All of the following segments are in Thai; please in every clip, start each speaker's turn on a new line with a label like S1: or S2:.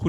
S1: คุ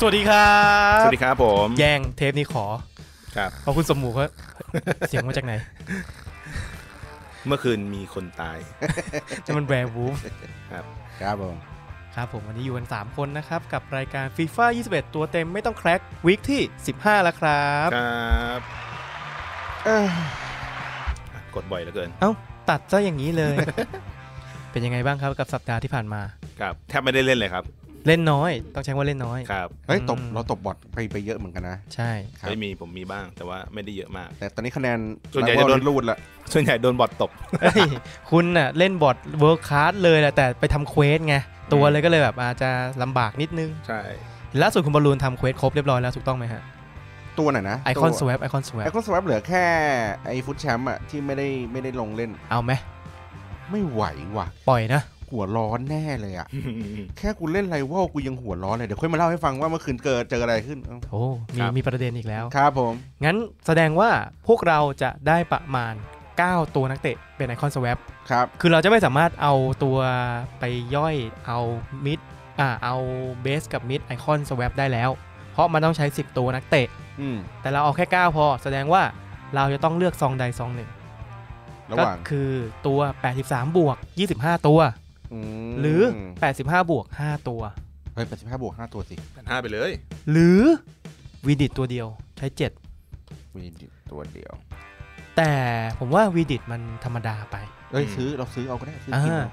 S2: สวัสดีครับ
S3: สวัสดีครับผม
S2: แย่งเทปนี้ขอ
S3: ครับ
S2: ขอบคุณสมหมู ครับ เสียงมาจากไหน
S3: เมื่อคืนมีคนตาย
S2: จะมันแวร์วูฟ
S4: ครับผม
S2: ครับผมวันนี้อยู่กัน 3 คนนะครับ กับรายการฟีฟ่า21 ตัวเต็มไม่ต้องแคร็กวีคที่ 15 แล้วครับ
S3: ครับ
S4: เอ้ย
S3: อ่ะกดบ่อยเหลือเกิน
S2: ตัดซะอย่างนี้เลย เป็นยังไงบ้างครับกับสัปดาห์ที่ผ่านมา
S3: ครับแทบไม่ได้เล่นเลยครับ
S2: เล่นน้อย ต้องใช้คำว่าเล่นน้อย
S3: ครับ
S4: เฮ้ยตบ
S2: อืม
S4: เราตบบอทไปไปเยอะเหมือนกันนะ
S2: ใช่
S4: ครับ
S3: ไม่มีผมมีบ้างแต่ว่าไม่ได้เยอะมาก
S4: แต่ตอนนี้คะแนน
S3: ส่วนใหญ่จะโดน
S4: รูดละ
S3: ส่วนใหญ่โดนบอทตบ
S2: เอ้ยคุณน่ะเล่นบอร์ดเวิร์คคาร์ดเลยแหละแต่ไปทำเควสไงตัวเลยก็เลยแบบอาจจะลำบากนิดนึง
S3: ใช่
S2: ล่าสุดคุณบอลลูนทำเควสครบเรียบร้อยแล้วถูกต้องไหมฮะ
S4: ตัวไหนนะ
S2: ไอคอนส
S4: ตัว
S2: วไอคอนสว
S4: ไอคอนสวปเหลือแค่ไอฟุตแชมป์อะที่ไม่ได้ไม่ได้ลงเล่น
S2: เอาไหม
S4: ไม่ไหวว่ะ
S2: ปล่อยนะ
S4: หัวร้อนแน่เลยอะแค่กูเล่นไรวอลกูยังหัวร้อนเลยเดี๋ยวค่อยมาเล่าให้ฟังว่าเมื่อคืนเกิดเจออะไรขึ้นเอ้า
S2: โอ้มีมีประเด็นอีกแล้ว
S4: ครับผม
S2: งั้นแสดงว่าพวกเราจะได้ประมาณ 9 ตัวนักเตะเป็นไอคอนสว p
S4: ครับ
S2: คือเราจะไม่สามารถเอาตัวไปย่อยเอามิดอ่าเอาเบสกับมิดไอคอนสว p ได้แล้ว เพราะมันต้องใช้ 10 ตัวนักเตะ
S4: อืม
S2: แต่เราเอาแค่ 9 พอ แสดงว่าเราจะต้องเลือกซองใดซองหนึ่ง
S4: ระ
S2: ก็
S4: หว่าง
S2: คือตัว 83 บวก 25 ตัว
S4: ม
S2: หรือ 85 บวก 5 ตัว
S4: เฮ้ยแปดสิบห้าบวกห้าตัวสิ
S3: พันห้าไปเลย
S2: หรือวีดิตตัวเดียวใช้ 7
S4: มีตัวเดียว
S2: แต่ผมว่าวีดิตมันธรรมดาไป
S4: เอ้ย
S3: อืม
S4: ซื้อเราซื้อเอาก็ได้ซื้อ
S2: อ่า
S4: กินเอา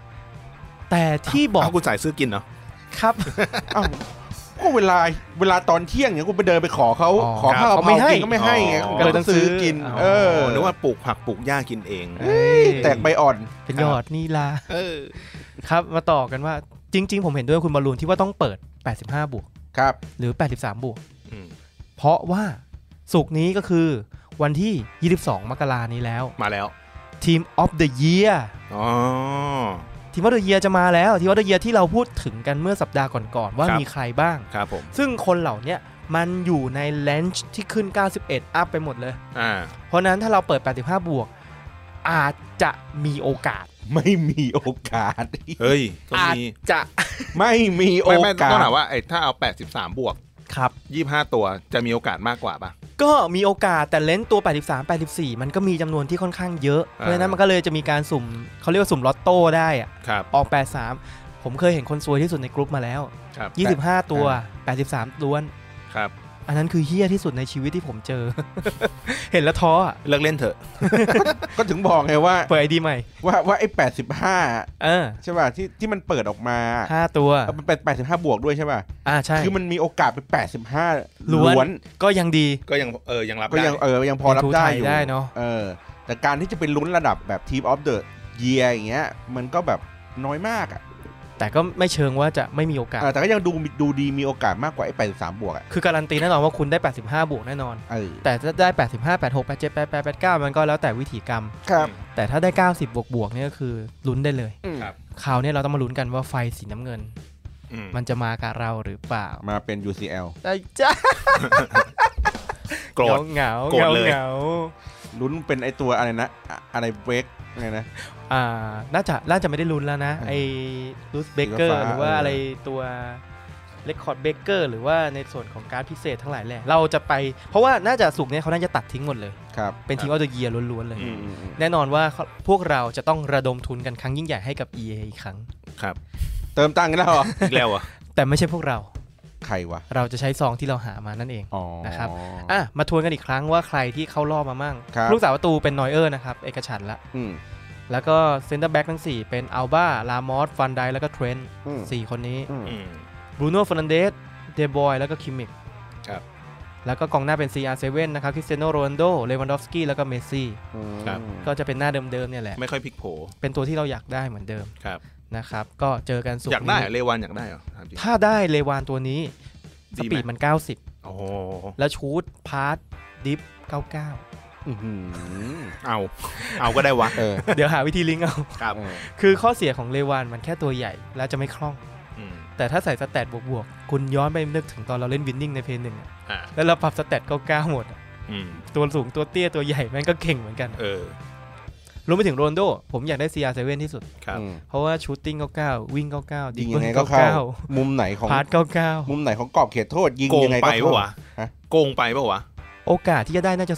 S2: แต่ที่บอก
S3: เอาคุณสายซื้อกินเนาะ
S2: ครับ
S4: เอ้าก็เวลาเวลาตอนเที่ยงเนี่ยกูไปเดินไปขอเขา
S2: อ๋อ
S4: ขอข้า
S2: ค
S4: ว
S2: รับเขาไม่
S4: ไม่
S2: ให้
S4: ให้ก็ไม่ให้ไง
S2: ก็เลยต้องซื้อ
S4: กิน
S2: อ๋อ
S4: เออ
S3: นึกว่าปลูกผักปลูกหญ้ากินเอง
S4: เอ้ยแตกใบอ่อน
S2: เป็นยอดนี่ลา
S3: เออ
S2: ครับมาต่อกันว่าจริง ๆ ผมเห็นด้วยคุณบอลลูนที่ว่าต้องเปิด 85 บวก
S4: ครับ
S2: หรือ 83 บวก
S3: อืม
S2: เพราะว่าสุกร์นี้ก็คือวันที่ 22 มกรานี้แล้ว
S3: มาแล้ว
S2: ทีม of the year
S3: อ๋อ
S2: ทีม of the year จะมาแล้ว ทีม of the year ที่เราพูดถึงกันเมื่อสัปดาห์ก่อนๆว่า
S3: ครับ
S2: มีใครบ้าง
S3: ครับผม
S2: ซึ่งคนเหล่าเนี้ยมันอยู่ในเลนจ์ที่ขึ้น 91 อัพไปหมดเลย
S3: อ่า
S2: เพราะนั้นถ้าเราเปิด 85 บวก อาจจะมีโอกาส
S4: ไม่มีโอกาส
S3: เฮ้ยก็
S2: อาจ
S3: มี
S2: จะ
S4: ไม่มีโอ
S3: ไม่ไม่ต้
S4: กา
S3: อง
S4: ส
S3: ถามว่าไอ้ถ้าเอา83บวก
S2: ครับ
S3: 25 ตัวจะมีโอกาสมากกว่าป่ะ
S2: ก็มีโอกาสแต่เลนส์ตัว 83 84 มันก็มีจำนวนที่ค่อนข้างเยอะ เพ
S3: อ่า
S2: ราะฉะนั้นมันก็เลยจะมีการสุ่มเขาเรียกว่าสุ่มลอตโต้ได้อะ
S3: ครับ
S2: ออก 83 ผมเคยเห็นคนซวยที่สุดในกรุ๊ปมาแล้ว
S3: ครับ
S2: 25 ตัว 83 ล้วน
S3: ครับ
S2: อันนั้นคือเฮี้ยที่สุดในชีวิตที่ผมเจอ เห็นแล้วท้ออะ
S3: เลิกเล่นเถอะ
S4: ก็ถึงบอกไงว่า
S2: เปิดไอดีใหม่
S4: ว่าว่าไอ้แปดสิบห้า
S2: เออ
S4: ใช่ป่ะที่ที่มันเปิดออกมา
S2: 5ตัว
S4: เอามันเป็นแปดสิบห้าบวกด้วยใช่ป่ะ
S2: อ่าใช่
S4: คือมันมีโอกาสเป็นแปดสิบห้า
S2: ล้
S4: ล้ว วน น
S2: ก็ยังดี
S3: ก็ยังเออยังรับ
S4: ก็
S3: ได้
S4: ยังเออยังพอรับได้
S2: ยังถูไทย
S4: อยู่
S2: ได้เนอะ
S4: ออ แต่การที่จะเป็นลุ้นระดับแบบทีมออฟเดอะเยียอย่างเงี้ย มันก็แบบน้อยมากอ่ะ
S2: แต่ก็ไม่เชิงว่าจะไม่มีโอกาส
S4: เออแต่ก็ยังดูดูดีมีโอกาสมากกว่าไอ้แปดสิบสามบวกอ่ะ
S2: คือการันตีแน่นอนว่าคุณได้ 85 บวกแน่นอน
S4: เออ
S2: แต่ถ้าได้ 85 86 87 88 89 มันก็แล้วแต่วิถีกรรม
S4: ครับ
S2: แต่ถ้าได้ 90 บวกบวกเนี่ยก็คือลุ้นได้เลย
S4: อืม
S2: คราวเนี้ยเราต้องมาลุ้นกันว่าไฟสีน้ำเงิน
S3: อืม
S2: มันจะมากับเราหรือเปล่า
S4: มาเป็น UCL
S2: ได้จ้า
S3: โกรธ
S2: เหงา
S3: โกร
S2: เหงา
S3: ธเลย
S2: เหงา
S4: ลุ้นเป็นไอตัวอะไรนะอะอะไรเบรกอะไรนะ
S2: อ่าน่าจะน่าจะไม่ได้ลุ้นแล้วนะ
S4: อืม
S2: ไอ้รูสเบเกอร์ห
S4: สีฟ้า
S2: รือว่า
S4: เอออ
S2: อะไรตัวเ e คคอร์ดเบเกอร์หรือว่าในส่วนของการดพิเศษทั้งหลายแหละ เราจะไป เพราะว่าน่าจะสุกร์เนี่ยเขาน่าจะตัดทิ้งหมดเลย
S4: ครับ
S2: เป็นทีมออเดอร์เยียล้วนๆเลย
S3: อืม
S4: อืมอืม
S2: แน่นอนว่าเขาพวกเราจะต้องระดมทุนกันครั้งยิ่งใหญ่ให้กับ EA อีกครั้ง
S3: ครับ
S4: เติมตังค์กันแล้วเหรอ
S3: อีกแล้วเหรอ่ะ
S2: แต่ไม่ใช่พวกเรา
S4: ใครวะ
S2: เราจะใช้ซองที่เราหามานั่นเอง
S4: อ๋อ
S2: นะครับ อ่ะมาทวนกันอีกครั้งว่าใครที่เข้ารอบมามั่ง
S4: ครับ
S2: ลูกสาวประตูเป็นนอยเออร์นะครับ เอกฉันท์ละ
S4: อืม
S2: แล้วก็เซนเตอร์แบ็กทั้ง 4 เป็นอัลบ้า ลามอสฟันไดแล้วก็เทรนต์
S4: อืม
S2: สี่คนนี้
S4: อืม
S3: อืม
S2: บรูโน่ฟ r นันเดสเดบอยแล้วก็คิมมิก
S3: ครับ
S2: แล้วก็กองหน้าเป็น CR7 นะครับคริสเตียโนโรนโดเลวันดอฟสกี้แล้วก็เมสซี่
S3: ครับ
S2: ก็จะเป็นหน้าเดิมๆเนี่ยแหละ
S3: ไม่ค่อยพลิกโผ
S2: เป็นตัวที่เราอยากได้เหมือนเดิม
S3: ครับ
S2: นะครับ ก็เจอกันสุก
S3: อยากได้
S2: นี้
S3: เหรอเลวันอยากได้เหรอถามจริง
S2: ถ้าได้เลวานตัวนี้ ส
S3: ดีไห
S2: ปีดมัน 90
S3: โอ้โห
S2: แล้วชูดพาร์ตดิฟ
S4: อื้อหือ
S3: เอา เอาก็ได้วะ
S4: เออ
S2: 99 เดี๋ยวหาวิธีลิงก์เอา
S3: ครับ
S4: เออ
S2: คือข้อเสียของเลวานมันแค่ตัวใหญ่ แล้วจะไม่คล่อง
S3: อืม
S2: แต่ถ้าใส่สเตตบวกๆ คุณย้อนไปนึกถึงตอนเราเล่นวินนิ่งในเพลย์หนึ่งอะ
S3: อ่า
S2: แล้วเราปรับสเตต99หมดอะ
S3: อืม
S2: ตัวสูงตัวเตี้ยตัวใหญ่แม่งก็เก่งเหมือนกัน
S3: เออ
S2: รวมไปถึงโรนโด ผมอยากได้ CR7 ที่สุด
S3: ครับ
S4: อืม
S2: เพราะว่าชูตติ้ง99 วิ่ง99
S4: ยิง
S2: เบิ้
S4: ยังไงก็เข้า มุมไหนของ
S2: พาร์ต
S4: มุมไหนของกรอบเขตโทษ ยิง
S3: โก
S4: ยัง งไง
S3: ไป
S4: ก็เข้า
S3: ปะวะ
S4: ฮะ
S3: โกงไปปะวะ
S2: 99 โอกาสที่จะได้น่าจะ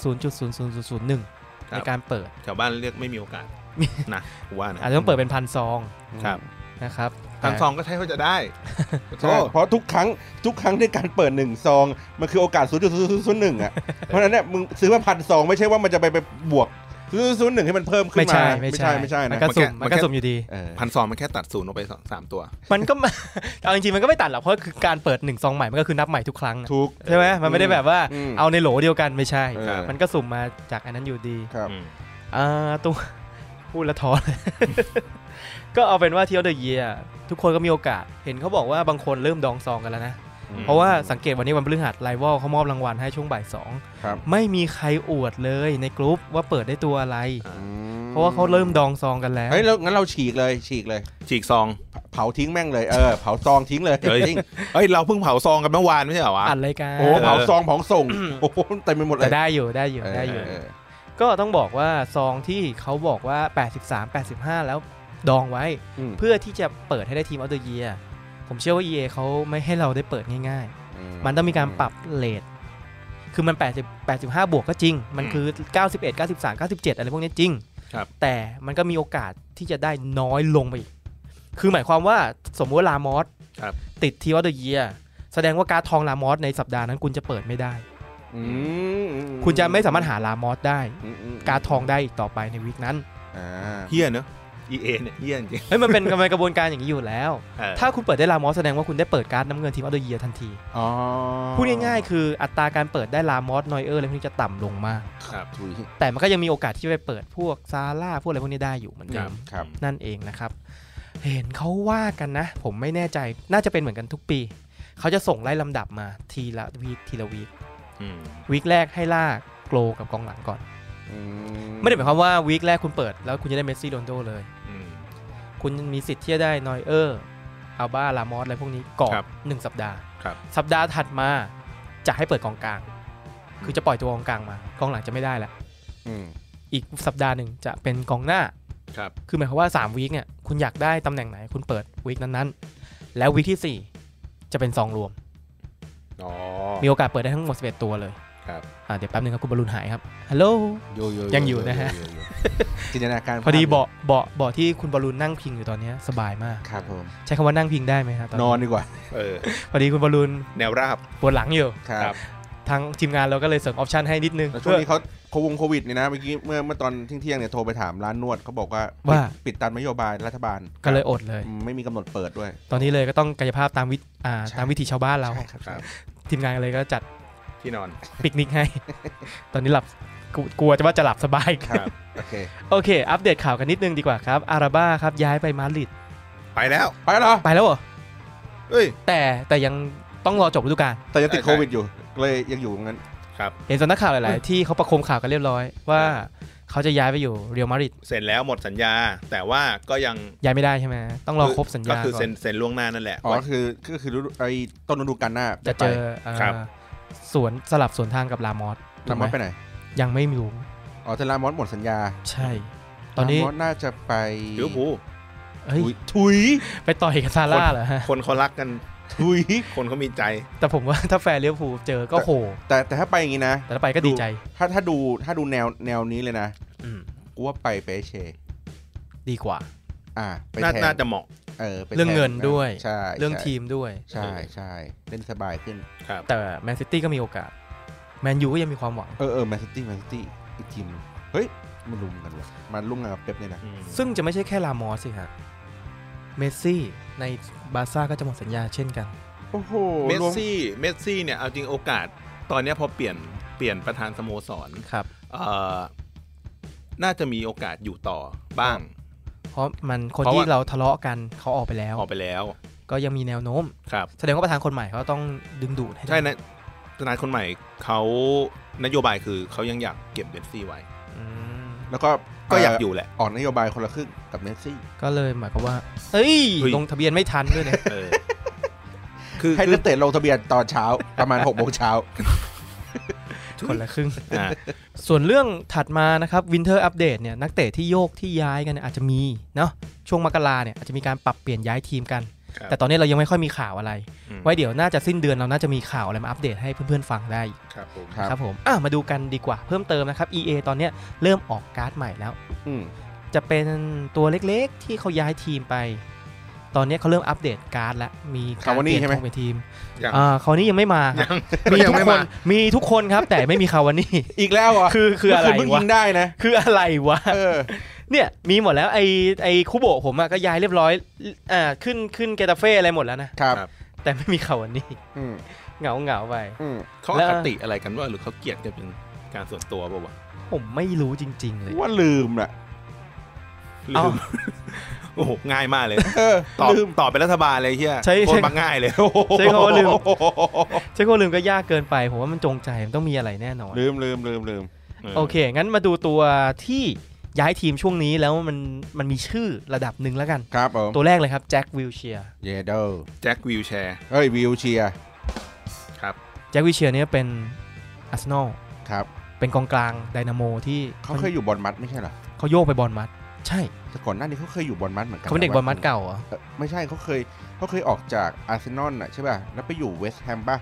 S2: 0.00001
S3: ครับ
S2: ในการเปิด
S3: แถวบ้านเรียกไม่มีโอกาส
S2: มี
S3: นะกูว่านะ
S2: อาจจะต้องเปิดเป็นพันซอง
S3: ครับ
S2: นะครับ
S3: ทางซองก็ใช้เขาจะได้
S4: ใช่เพราะทุกครั้งทุกครั้งในการเปิดหนึ่งซอง มันคือโอกาสศูนย์จุดศูนย์ศูนย์หนึ่งอ่ะ เพราะฉะนั้นเนี่ยมึงซื้อมาพันซองไม่ใช่ว่ามันจะไปไปบวกศูนย์ศูนย์หนึ่งให้มันเพิ่มขึ้น
S2: ไม่
S4: มา
S2: ใช่ไม่ใช่
S4: ไม่ใช่
S2: มั
S4: นะ
S2: นก็สุ่มมันก็สุ่มอยู่ดี
S4: เออ
S3: พันซองมันแค่ตัดศูนย์ออกไปสองสามตัว
S2: มันก็ เอาจริงๆมันก็ไม่ตัดหรอกเพราะคือการเปิดหนึ่งซองใหม่มันก็คือนับใหม่ทุกครั้งนะ
S4: ถูก
S2: ใช่ไหมมันไม่ได้แบบว่า
S4: อืม
S2: เอาในโหลเดียวกันไม่ใช่
S4: เออ
S2: มันก็สุ่มมาจากอันนั้นอยู่ดี
S4: ครับ
S3: อืม
S2: อ่าตัว พูดและท้อเลย ก็เอาเป็นว่าเที่ยวเดอะเยียทุกคนก็มีโอกาส เห็นเขาบอกว่าบางคนเริ่มดองซองกันแล้วนะ
S4: อืม
S2: เพราะว่าสังเกตวันนี้วันพฤหัสไลวอลเขามอบรางวัลให้ช่วงบ่ายสอง
S4: ครับ
S2: ไม่มีใครอวดเลยในกลุ่มว่าเปิดได้ตัวอะไร
S4: อืม
S2: เพราะว่าเขาเริ่มดองซองกันแล้ว
S4: เฮ้ยแล้วงั้นเราฉีกเลยฉีกเลย
S3: ฉีกซอง
S4: เผาทิ้งแม่งเลยเออเผาซองทิ้งเลย
S3: เฮ้ย
S4: จริง
S3: เอ้ยเราเพิ่งเผาซองกันเมื่อวานไม่ใช่เหรอวะ
S2: อัดรายการ
S4: โอ้เผาซองเผา ส่งโอ้โหเต็มไปหมดเล
S2: แต่
S4: ย
S2: ได้อยู่ได้อยู่ได้อยู่
S4: เเ
S2: ก็ต้องบอกว่าซองที่เขาบอกว่า 83 85 แล้วดองไว้
S4: อืม
S2: เพื่อที่จะเปิดให้ได้ทีมออเดอร์เยียผมเชื่อว่า EA เขาไม่ให้เราได้เปิดง่ายๆ มันต้องมีการปรับเลทคือมัน80 85 บวกก็จริง มัน
S3: อืม
S2: คือ 91 93 97 อะไรพวกนี้จริง
S3: ครับ
S2: แต่มันก็มีโอกาสที่จะได้น้อยลงไปอีก คือหมายความว่าสมมติว่าลามอสติดทีมออเดอร์เยียแสดงว่าการดทองลามอสในสัปดาห์นั้นคุณจะเปิดไม่ได้
S4: อืมอื
S2: คุณจะไม่สามารถหาลามอสได้
S4: อืมม
S2: การดทองได้อีกต่อไปในวีคนั้น
S4: อ่า
S3: เฮี้ยเนอะ EA เนี่ยเฮี้ยจริง
S2: เฮ้ยมัน เป็นกำลังกระบวนการอย่างนี้อยู่แล้ว
S3: เออ
S2: ถ้าคุณเปิดได้ลามอสแสดงว่าคุณได้เปิดการ์ดน้ำเงินทีมออเดอร์เยียทันที
S4: อ๋อ
S2: พูดง่ายๆ คืออัตราการเปิดได้ลามอสนอยเออร์อะไรพวกนี้จะต่ำลงมาก
S3: ครับ
S4: ถุย
S2: แต่มันก็ยังมีโอกาสที่จะไปเปิดพวกซาร่าพวกอะไรพวกนี้ได้อยู่เหมือน
S3: ค
S2: เดิ
S3: รับ
S2: ม
S4: ครับ
S2: นั่นเองนะครับ เห็นเขาว่ากันนะ ผมไม่แน่ใจน่าจะเป็นเหมือนกันทุกปี เขาจะส่งไล่ลำดับมาทีละวีคทีละวีค
S3: อืม
S2: วีคแรกให้ลากโกลกับกองหลังก่อน
S4: อื
S2: ไม่ได้หมายความว่าวีคแรกคุณเปิดแล้วคุณจะได้เมสซี่โรนลโดเลย
S3: อืม
S2: คุณมีสิทธิ์ที่จะได้นอยเออร์อัลบ้าลามอสอะไรพวกนี้ก่อน
S3: ครับ
S2: หนึ่งสัปดาห์
S3: ครับ
S2: สัปดาห์ถัดมาจะให้เปิดกองกลาง คือจะปล่อยตัวกองกลางมากองหลังจะไม่ได้แล้ว
S4: อืม
S2: อีกสัปดาห์หนึ่งจะเป็นกองหน้า
S3: ครับ
S2: คือหมายความว่า3วีคเนี่ยคุณอยากได้ตำแหน่งไหนคุณเปิดวีคนั้นๆ แล้ววีคทีสี่ 4 จะเป็นซองรวม
S3: อ๋อ
S2: มีโอกาสเปิดได้ทั้งหมด 11 ตัวเลย
S3: ครับ
S2: อ่าเดี๋ยวแป๊บนึงครับคุณบอลลูนหายครับฮัลโหล
S4: โยโย
S2: ยังอยู่นะฮะ
S4: โยโยโยจินตนาการ
S2: พอดีเบาะเบาะเบาะที่คุณบอลลูนนั่งพิงอยู่ตอนเนี้ยสบายมาก
S4: ครับผม
S2: ใช้คำว่านั่งพิงได้ไหมครับตอน
S4: นอนดีกว่า
S3: เออ
S2: พอดีคุณบอลลูน
S3: แนวราบ
S2: ปวดหลังอยู่
S4: ครั
S3: ครับ บ
S2: ทางทีมงานเราก็เลยเสริมออปชันให้นิดนึง
S4: แล้วช่
S2: เพื่
S4: วง
S2: อ
S4: นี้เขาโควงโควิดเนี่ยนะเมื่อกี้เมื่อเมื่อตอนเที่ยงๆเนี่ยโทรไปถามร้านนวดเขาบอกว่า
S2: ว่า
S4: ปิดปิดตามนโยบายรัฐบาล
S2: ก็เลยอดเลย
S4: ไม่มีกำหนดเปิดด้วย
S2: ตอนนี้เลยก็ต้องกายภาพตามวิถีอ่า
S4: ใช่
S2: ตามวิถีชาวบ้านเรา
S4: ใช่ครับ
S3: ครับ
S2: ทีมงานเลยก็จัด
S3: ที่นอน
S2: ปิกนิกให้ ตอนนี้หลับกลัวกลัวจะว่าจะหลับสบาย
S3: ครับ
S4: โอเค
S2: โอเค อัปเดตข่าวกันนิดนึงดีกว่าครับ อาราบ้าครับ ย้ายไปมาดริด
S3: ไปแล้ว
S4: ไปแล้วเหรอ
S2: ไปแล้วเหรอ
S3: เอ้ย
S2: แต่แต่ยังต้องรอจบฤดูกาล
S4: แต่ยังติด
S3: ใช่
S4: โควิดอยู่เลยยังอยู่ตรงนั้น
S2: เห็นสำนักข่าวหลาย ๆ ที่เขาประโคมข่าวกันเรียบร้อยว่าเขาจะย้ายไปอยู่เรียลมาดริด
S3: เซ็นแล้วหมดสัญญา แต่ว่าก็ยัง
S2: ย้ายไม่ได้ใช่ไหมต้องรอครบสัญญา
S3: ก็คือ
S2: ก่อ
S3: เซ็น
S2: น
S3: เซ็นล่วงหน้านั่นแหละ
S4: อ๋อคือก็คือฤดูไอ้ต้นฤดูกาลหน้า
S2: จะเจอเอ่อ
S3: ครับ
S2: สวนสลับสวนทางกับลามอส
S4: ลามอสไปไหน
S2: ยังไม่รู้
S4: อ๋อแต่ลามอสหมดสัญญา
S2: ใช่ ตอนนี้
S4: ลามอสน่าจะไป
S3: ลิเวอร์พูล
S2: เฮ้ย
S4: ถุยถุย
S2: ไปต่อยกับซาร่าเหรอฮะ
S3: คนเขารักกัน
S4: ถุย
S3: คนเขามีใจ
S2: แต่ผมว่า ถ้าแฟนเลี้ยวภูลเจอก็โห
S4: แต่แต่ถ้าไปอย่างนี้นะ
S2: แต่ถ้าไปก็ดีใจ
S4: ถ้าถ้าดูถ้าดูแนวแนวนี้เลยนะ
S2: อืม
S4: กูว่าไปเปเช
S2: ดีกว่า
S4: อ่าไป
S3: น่า
S4: แทน
S3: น่าจะเหมาะ
S4: เออไปแท
S2: เรื่องเงินด้วย
S4: ใช่
S2: เรื่อง
S4: ใช่
S2: ทีมด้วย
S4: ใช่ใช่เล่นสบายขึ้น
S3: ครับ
S2: แต่แมนซิตี้ก็มีโอกาส แมนยูก็ยังมีความหวัง
S4: เออเออแมนซิตี้แมนซิตี้อีกทีมหนึ่งเฮ้ย มันรุมกันว่ะมันรุมงานกับเป๊ปเนี่ยนะ
S3: อืม
S2: ซึ่งจะไม่ใช่แค่ลามอสสิฮะ เมสซี่ในบาร์ซ่าก็จะหมดสัญญาเช่นกัน
S4: โอ้โห
S3: เมส
S4: รว
S3: ซี่ เมสซี่เนี่ย เอาจริงโอกาส ตอนเนี้ยพอเปลี่ยน เปลี่ยนประธานสโมสร
S2: ครับ
S3: เอ่อ น่าจะมีโอกาสอยู่ต่อบ้าง
S2: เพราะมันคน
S3: เพราะ
S2: ที่
S3: ว่า
S2: เราทะเลาะกันเขาออกไปแล้ว
S3: ออกไปแล้ว
S2: ก็ยังมีแนวโน้ม
S3: ครับ
S2: แสดงว่าประธานคนใหม่เขาต้องดึงดูดให้ได้
S3: ใช่นะประธานคนใหม่เขานโยบายคือเขายังอยากเก็บเบนซี่ไว้
S2: อืม
S4: แล้วก็
S3: ก็อยากอยู่แหละ
S4: ออกนโยบายคนละครึ่งกับเมสซี่
S2: ก็เลยหมายความว่าเฮ้ย
S3: เฮ้ย
S2: ลงทะเบียนไม่ทันด้วย เนี่ย
S3: เออ คือ
S4: ให้
S3: คือ
S4: นักเตะลงทะเบียนตอนเช้า ประมาณ 6โมงเช้า
S2: คนละครึ่ง
S3: อ่ะ
S2: ส่วนเรื่องถัดมานะครับวินเทอร์อัปเดตเนี่ยนักเตะที่โยกที่ย้ายกันเนี่ยอาจจะมีเนาะช่วงมกราเนี่ยอาจจะมีการปรับเปลี่ยนย้ายทีมกัน
S3: ครับ
S2: แต่ตอนนี้เรายังไม่ค่อยมีข่าวอะไร
S3: อืม
S2: ไว้เดี๋ยวน่าจะสิ้นเดือนเราน่าจะมีข่าวอะไรมาอัปเดตให้เพื่อนๆฟังได้
S3: ครับผม
S4: ครับ
S2: ครับผมอ่ะมาดูกันดีกว่าเพิ่มเติมนะครับ EA ตอนเนี้ยเริ่มออกการ์ดใหม่แล้ว
S4: อืม
S2: จะเป็นตัวเล็กๆ ที่เขาย้ายทีมไป ตอนเนี้ยเขาเริ่มอัปเดตการ์ดแล้วมีกา
S4: คาร วานี่
S2: เปลี่ย
S4: ใช่
S2: น
S4: ไหม
S2: ธงเป็นทีม
S3: ยัง
S2: อ่าคราวนี้ยังไม่มาครับมี
S3: ยั
S2: ทุ
S3: ง
S2: ก
S3: ไม่
S2: ค
S3: มาน
S2: มีทุกคนครับแต่ไม่มีคาวา นี่
S4: อีกแล้วเหรอ่ะ
S2: คือคืออะไร
S4: เพิ่ง
S2: วะ
S4: ยิงได้นะ
S2: คืออะไรวะ
S4: เออ
S2: เนี่ยมีหมดแล้วไอ้ไอ้คุโบะผมอะก็ย้ายเรียบร้อยอ่าขึ้นขึ้นเกตาเฟ่อะไรหมดแล้วนะครับ
S3: ครับ
S2: แต่ไม่มีคาวานี่
S4: อืม
S2: เหงาเหงาๆไป
S4: อืม
S3: เขา
S2: แล้
S3: อ
S2: ว
S3: คติอะไรกันว่าหรือเขาเกลียดกันเป็นการส่วนตัวเปล่าวะ
S2: ผมไม่รู้จริง ๆ เลย
S4: ว่าลืมน่ะ
S3: ลื
S2: เอ้า
S3: ม โอ้โหง่ายมากเลย
S4: เออ
S3: ตอบ
S4: ลืม
S3: ตอบเป็นรัฐบาลเลยเฮีย
S2: ใช่
S3: โค
S2: ใช่
S3: ตรมักง่ายเลย
S2: ใช้คำว่าลืม
S4: โอ้โห
S2: ใช้คำว่าลืมก็ยากเกินไป ผมว่ามันจงใจมันต้องมีอะไรแน่นอน
S4: ลืมลืมลืมลืม
S2: โอเค งั้นมาดูตัวที่ย้ายทีมช่วงนี้แล้วมันมันมีชื่อระดับหนึ่งแล้วกัน
S4: ครับผม
S2: ตัวแรกเลยครับแจ็ควิลเชีย
S4: เยโด
S3: แจ็ควิวแชร์
S4: เอ้ยวิวเชียร์
S3: ครับ
S2: แจ็ควิลเชียเนี่ยเป็นอาร์เซนอล
S4: ครับ
S2: เป็นกองกลางไดนาโมที่
S4: เขาเคยอยู่บอลมัดไม่ใช่เหรอ
S2: เขาโยกไปบอลมัด ใช่
S4: แต่ก่อนหน้านี้เขาเคยอยู่บอลมัดเหมือนกัน
S2: เขาเป็นเด็กบอลมัดเก่าเหรอ
S4: เออไม่ใช่เขาเคยเขาเคยออกจากอาร์เซนอลน่ะใช่ป่ะแล้วไปอยู่เวสต์แฮมป่ะ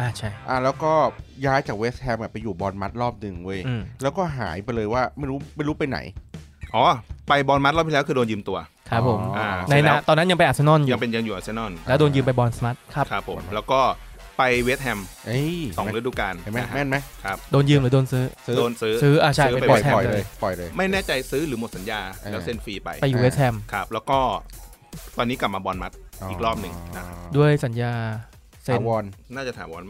S2: อ่าใช่
S4: อ่ะแล้วก็ย้ายจากเวสต์แฮมอะไปอยู่บอลมัดรอบหนึ่งเว้ย
S2: อืม
S4: แล้วก็หายไปเลยว่าไม่รู้ไม่รู้ไปไหน
S3: อ๋อ ไปบอลมัดรอบที่แล้วคือโดนยืมตัว
S2: ครับผม
S4: อ๋ออ่
S3: อ่า
S2: ใน
S3: เสร็
S2: นะ
S3: จแล้ว
S2: ตอนนั้นยังไปอาร์เซนอลอ
S3: ยั
S2: ยู่
S3: งเป็นยังอยู่อาร์เซนอล
S2: แล้วโดนยืมไปบอลมัดครับ
S3: ครับผมแล้วก็ไปเวสต์แฮม
S4: เอ้ย
S3: สองฤดูกาล
S4: เห็นไหม
S3: นะฮะ
S4: แม่นไหม
S2: โดนยืมหรือโดนซื้อ
S4: ซื้อ
S3: โดนซื้อ
S2: ซื้ออ่าใช่
S3: ซื้อ
S2: เป็น
S3: ไป
S2: เว
S4: ปล่อย
S2: สต์แฮ
S4: ป
S2: ม
S4: ล่อย
S2: เล
S4: เลย ยปล่อยเลย
S3: ไม่แน่ใจซื้อหรือหมดสัญญาแล้วเซ็นฟรีไป
S2: ไปอยู่เวสต์แฮม
S3: ครับ แล้วก็ตอนนี้กลับมาบอลมัด อีกรอบหนึ่งนะ
S2: ด้วยสัญญาเซ็น
S4: ถาวร
S3: น่าจะถาวร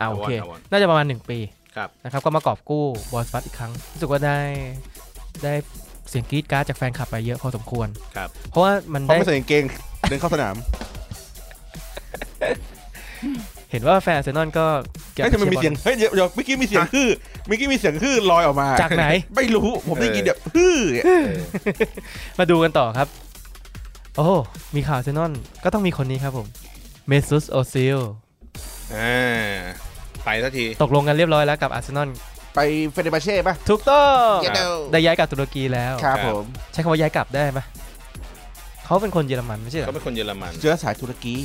S2: อ่าโอเค
S3: ถาวร
S2: น่าจะประมาณหนึ่งปี
S3: ครับ
S2: นะครับก็มากอบกู้บอลสปัตอีกครั้งรู้สึกว่าได้ได้เสียงกรี๊ดกราร์ดจากแฟนคลับไปเยอะพอสมควร
S3: ครับ
S2: เพราะว่ามัน
S4: เพราะ
S2: ได้
S4: ไม่ใส่กางเกงเดินเข้าสนาม
S2: เห็นว่าแฟนอาร์เซนอนก็
S4: เฮ้ยทำไมมีเสียง
S2: ชีร์บ
S4: เฮ้ยเดี๋ยวเดี๋ยวเมื่อกี้มีเสียง
S3: ฮะ
S4: ฮือเมื่อกี้มีเสียงฮือลอยออกมา
S2: จากไหน
S4: ไม่รู้ผมได้ยินแบบฮือ
S3: เอ
S2: อ
S3: อ
S2: ลมาดูกันต่อครับ โอ้โหมีข่าวอาร์เซนอนก็ต้องมีคนนี้ครับผมเมซุสโอซิล
S3: อ่าไปสักที
S2: ตกลงกันเรียบร้อยแล้วกับอาร์เซนอล
S4: ไปเฟเดบาเช่ป่ะ
S2: ถูกต้อง
S3: เย้
S2: ได้ย้ายกลับตุรกีแล้ว
S4: ครับ
S3: ครับ
S4: ผม
S2: ใช้คำว่าย้ายกลับได้ไหมเขาเป็นคนเยอรมันไม่ใช่เหร
S3: เขา
S2: อ
S3: เป็นคนเยอรมัน
S4: เชื้อสายตุรกี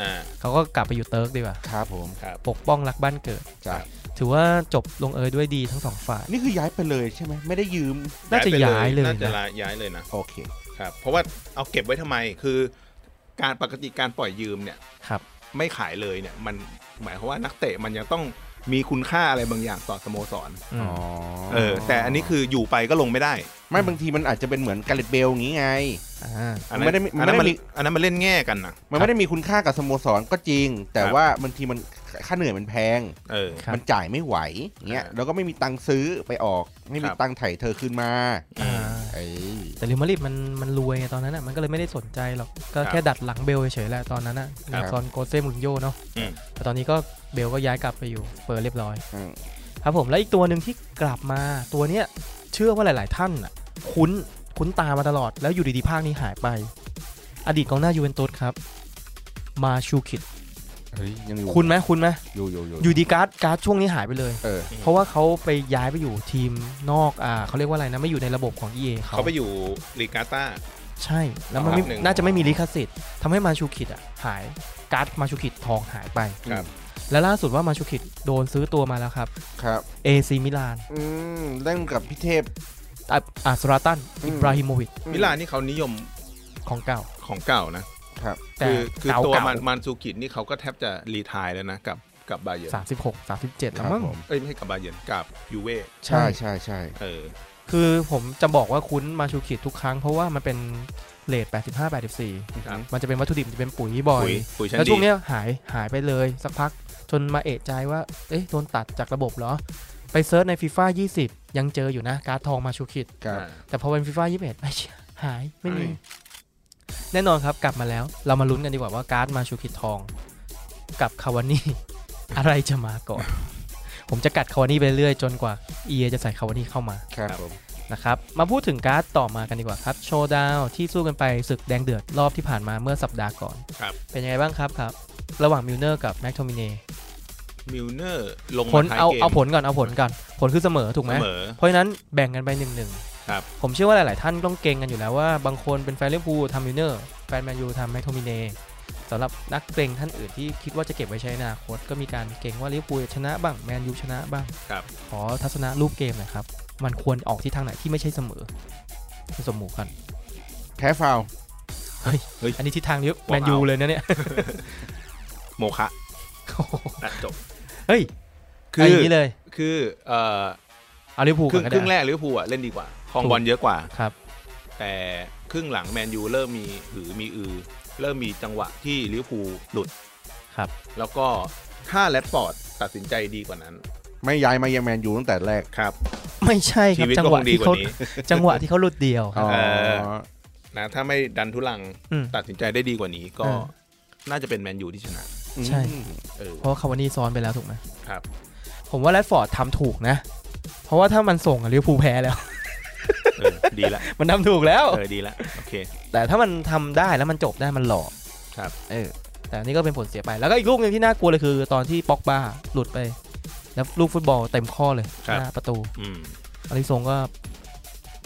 S3: อ่า
S2: เขาก็กลับไปอยู่เติร์กดีกว่า
S4: ครับผม
S3: ครับ
S2: ปกป้องรักบ้านเกิด
S4: จ้ะ
S2: ถือว่าจบลงเอยด้วยดีทั้งสองฝ่าย
S4: นี่คือย้ายไปเลยใช่ไหมไม่ได้ยืม
S2: น่าจะย้ายเลย
S3: น่าจะ
S2: นะ
S3: ย้ายเลยนะ
S4: โอเค
S3: ครับ เพราะว่าเอาเก็บไว้ทำไมคือการปกติการปล่อยยืมเนี่ย
S2: ครับ
S3: ไม่ขายเลยเนี่ย มันหมายความว่านักเตะมันยังต้องมีคุณค่าอะไรบางอย่างต่อสโมสร
S2: อืม
S3: เออแต่อันนี้คืออยู่ไปก็ลงไม่ได้
S4: ไม่บางทีมันอาจจะเป็นเหมือนการ์เล็ตเบลอย่างงี้ไง
S2: อ่า
S3: อันนั้น
S4: ไม่ได้มี
S3: อันนั้นมัน
S4: ไม่ได้มี
S3: อันนั้นมันเล่นแง่กันนะ
S4: มันไม่ได้มีคุณค่ากับสโมสรก็จริง แต่ว่าบางทีมันค่าเหนื่อยมันแพง
S3: เออ
S2: ครับ
S4: มันจ่ายไม่ไหวเงี้ย
S3: อ่า
S4: แล้วก็ไม่มีตังค์ซื้อไปออก ไม่มี
S3: ครับ
S4: ตังค์ไถ่เธอคืนมา
S2: อ่า
S4: เอ้ย
S2: แต่ริวมาดริดมันมันรวยไงตอนนั้นอ่ะมันก็เลยไม่ได้สนใจหรอก ก็
S3: ครับ
S2: แค่ดัดหลังเบลเฉยๆแหละตอนนั้นอ่ะ
S3: ครับ
S2: ตอนโกเซ่มูรินโญ่เนาะ
S3: อืม
S2: แต่ตอนนี้ก็เบลก็ย้ายกลับไปอยู่สเปอร์เรียบร้อย
S4: อืม
S2: ครับผมแล้วอีกตัวหนึ่งที่กลับมาตัวเนี้ยเชื่อว่าหลาย ๆ ท่านอ่ะ คุ้นคุ้นตามาตลอดแล้วอยู่ดีๆภาคนี้หายไป อดีตกองหน้ายูเวนตุสครับ มาชูคิด
S4: เฮ้ยยังอยู่
S2: คุณไหมคุณไหม
S4: อยู่อยู่อยู่
S2: อยู่ดีการ์ดการ์ดช่วงนี้หายไปเลย
S4: เออ
S2: เพราะว่าเขาไปย้ายไปอยู่ทีมนอกอ่าเขาเรียกว่าอะไรนะไม่อยู่ในระบบของ EA เขา
S3: เขาไปอยู่ลีกาต้า
S2: ใช่ แล้วมันไม่
S3: ครับหนึ่ง
S2: น่าจะไม่มีลิขสิทธิ์ทำให้มาชูคิดอ่ะหายการ์ดมาชูคิดทองหายไป
S3: ครับ
S2: และล่าสุดว่ามาชูคิดโดนซื้อตัวมาแล้วครับ
S4: ครับ
S2: เอซีมิลาน
S4: อืมเล่นกับพี่เทพ
S2: อ่ะอาสราตัน
S4: อืม
S2: อิบราฮิโมวิช
S3: มิลานนี่เขานิยม
S2: ของเก่า
S3: ของเก่านะ
S2: แต่
S3: คือคือ
S2: เก่า
S3: ตัว
S2: เก่า
S3: มันมันซูกินี่เขาก็แทบจะรีไทายแล้วนะกับกับบาเยร์น
S2: สามสิบหกสามสิบเจ็ด
S4: ค
S2: แล้ว
S4: รับ
S2: มั้ง
S4: ผม
S3: เอ้ยไม่ใช่กับบาเยร์นกับยูเว่
S4: ใช่ใช่ใช่
S3: เออ
S2: คือผมจะบอกว่าคุ้นมาชูคิดทุกครั้ง เพราะว่ามันเป็นเลท85 84
S3: ครับ
S2: มันจะเป็นวัตถุดิบจะเป็นปุ๋ยบ่อ
S3: ปุ๋
S2: ย
S3: ยปุ๋ยชั้น
S2: แล้ว
S3: ดี
S2: ช่วงเนี้ยหายหายไปเลยสักพักจนมาเอะใจว่า เอ๊ะโดนตัดจากระบบเหรอ ไปเซิร์ชในฟีฟ่า20 ยังเจออยู่นะ การ์ดทองมาชูคิด
S4: ครับ
S2: แต่พอเป็นฟีฟ่า21ไอ้เชี่ยห หายไม่มี
S3: ใช่
S2: แน่นอนครับกลับมาแล้ว เรามาลุ้นกันดีกว่าว่าการ์ดมาชูคิดทอง กับคาวานี่ อะไรจะมาก่อน ผมจะกัดคาวานี่ไปเรื่อยจนกว่าเอจะใส่คาวานี่เข้ามา
S4: ครับผม
S2: นะครับมาพูดถึงการ์ดต่อมากันดีกว่าครับโชว์ดาวที่สู้กันไปศึกแดงเดือดรอบที่ผ่านมาเมื่อสัปดาห์ก่อน
S3: ครับ
S2: เป็นยังไงบ้างครับครับ ระหว่างมิลเนอร์กับแม็กโทมิเน
S3: มิลเนอร์ลง
S2: ผ
S3: มา
S2: ล
S3: ท้าย
S2: เอา
S3: เกม
S2: เอาผลก่อนเอาผลก่อน ผลคือเสมอถูกไห
S3: เส
S2: ม
S3: มอ
S2: เพราะฉะนั้นแบ่งกันไปหนึ่งหนึ่ง
S3: ครับ
S2: ผมเชื่อว่าหลาย ๆ ท่านต้องเก่งกันอยู่แล้วว่าบางคนเป็นแฟนลิเวอร์พูลทำมิลเนอร์แฟนแมนยูทำแมคโทมิเนสำหรับนักเกรงท่านอื่นที่คิดว่าจะเก็บไว้ใช้ในอนาคตก็มีการเก่งว่าลิเวอร์พูลชนะบ้างแมนยูชนะบ้าง
S3: ครับ
S2: ขอทัศนะรูปเกมหนะครับ มันควรออกที่ทางไหนที่ไม่ใช่เสมอผสมหมูกัน
S4: แพ้ฟาวล์
S2: อันนี้ทิศทางนี้
S3: ว้าว
S2: แมนยูเลยนะเนี่ย
S3: โมคะ
S2: โอ้โห
S3: ตัดจบ
S2: เฮ้ย
S3: คือ อ
S2: ย่างนี้เลย
S3: คือเอ่อ
S2: เอาลิเวอร์พูล
S3: ครึ่ง
S2: ก่อน
S3: ครึ่ง
S2: ก็
S3: แร
S2: ได้
S3: กลิเวอร์พูลอะเล่นดีกว่าครอง
S2: ถูก
S3: บอลเยอะกว่า
S2: ครับ
S3: แต่ครึ่งหลังแมนยูเริ่มมีหือมีอือ เริ่มมีจังหวะที่ลิเวอร์พูลหลุด
S2: ครับ
S3: แล้วก็ถ้าแรดฟอร์ดตัดสินใจดีกว่านั้น
S4: ไม่ย้ายมายังแมนยูตั้งแต่แรก
S3: ครับ
S2: ไม่ใช่ค
S3: ชี
S2: รับ
S3: วิต
S2: จัง
S3: ก็คว
S2: หะ
S3: งดี
S2: ที่
S3: ก ว่า
S2: เขา
S3: นี้
S2: จังหวะที่เขาหลุดเดียว
S4: อ๋อ
S3: เออ นะถ้าไม่ดันทุลัง
S2: อืม
S3: ตัดสินใจได้ดีกว่านี้ก็
S2: เออ
S3: น่าจะเป็นแมนยูที่ชนะ
S2: ใช่
S3: เออ
S2: เพราะว่าคาวานี่ซ้อนไปแล้วถูกไหม
S3: ครับ
S2: ผมว่าแรดฟอร์ดทำถูกนะ เพราะว่าถ้ามันส่งอะลิเวอร์พูลแพ้แล้ว
S3: เออดีละ
S2: มันทำถูกแล้ว
S3: เออดีละโอเค
S2: แต่ถ้ามันทำได้แล้วมันจบได้มันหลอก
S3: ครับ
S2: เออ แต่อันนี่ก็เป็นผลเสียไป แล้วก็อีกลูกหนึ่งที่น่ากลัวเลยคือ ตอนที่ป็อกบ้าหลุดไป แล้วลูกฟุตบอลเต็มข้อเลย
S3: ครับ
S2: หน้าประตู
S3: อืม
S2: อาริซงก็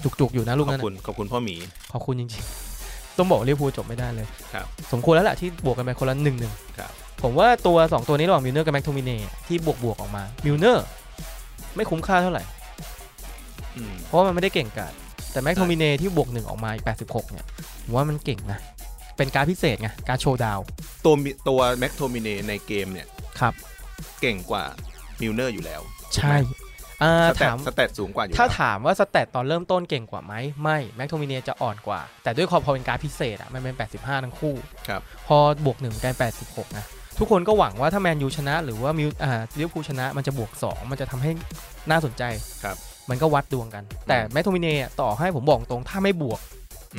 S2: จุกๆอยู่นะลูก
S3: ขอ
S2: นั้
S3: บ
S2: น
S3: คุ
S2: น่ะ
S3: ณขอบคุณพ่อหมี
S2: ขอบคุณจริงๆ ต้องบอกลิเวอร์พูลจบไม่ได้เลย
S3: ครับ
S2: สมควรแล้วแหละที่บวกกันไปคนละหนึ่งหนึ่ง
S3: ครับ
S2: ผมว่าตัวสองตัวนี้ระหว่างมิลเนอร์กับแม็กโทมิเน่ที่บวกบวกๆออกมามิลเนอร์ไม่คุ้มค่าเท่าไหร่
S3: อืม
S2: เพราะว่ามันไม่ได้เก่งกาดแต่แม็กโทมิเนที่บวกหนึ่งออกมาอีก 86 เนี่ยผมว่ามันเก่งนะ เป็นการดพิเศษไง การดโชว์ดาว
S3: ตัวมิตัวแม็กโทมิเนในเกมเนี่ย
S2: ครับ
S3: เก่งกว่ามิลเนอร์อยู่แล้ว
S2: ใช่อ่า
S3: สแตท
S2: ถาม
S3: สแตทสูงกว่าอยู่
S2: ถ้า
S3: แล้ว
S2: ถามว่าสแตตตอนเริ่มต้นเก่งกว่าไหม ไม่ แม็กโทมิเนจะอ่อนกว่า แต่ด้วยความพอเป็นการดพิเศษอ่ะ มันเป็น 85 ทั้งคู่
S3: ครับ
S2: พอบวกหนึ่งกลายเป็น86 นะ ทุกคนก็หวังว่าถ้าแมนยูชนะ หรือว่ามิวอ่าลิเวอร์พูลชนะ มันจะบวก 2 มันจะทำให้น่าสนใจ
S3: ครับ
S2: มันก็วัดดวงกัน แต่แม็กโทมิเนต่อให้ผมบอกตรงถ้าไม่บวก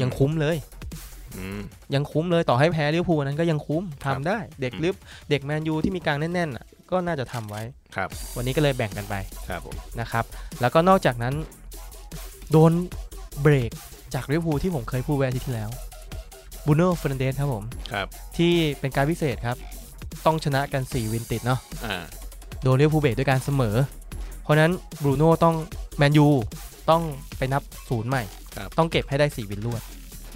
S2: ยัง
S3: อืม
S2: คุ้มเลย
S3: อืม
S2: ยังคุ้มเลยต่อให้แพ้ลิเวอร์พูลนั้นก็ยังคุ้ม
S3: ครั
S2: ทำ
S3: บ
S2: ได้เด็ก
S3: อืม
S2: ลิฟเด็กแมนยูที่มีกลางแน่นๆน่ะก็น่าจะทำไว้
S3: ครับ
S2: วันนี้ก็เลยแบ่งกันไป
S3: ครับผม
S2: นะครับ แล้วก็นอกจากนั้น โดนเบรกจากลิเวอร์พูลที่ผมเคยพูดไว้อาทิตย์ที่แล้วบูโน่เฟรนเดสครับผม
S3: ครับ
S2: ที่เป็นการพิเศษครับ ต้องชนะกัน 4 วินติดเนาะ
S3: อ่า
S2: โดนลิเวอร์พูลเบรกด้วยการเสมอ เพราะฉะนั้นบรูโน่ต้องแมนยูต้องไปนับศูนย์ใหม่ ต้องเก็บให้ได้สี่วินรวด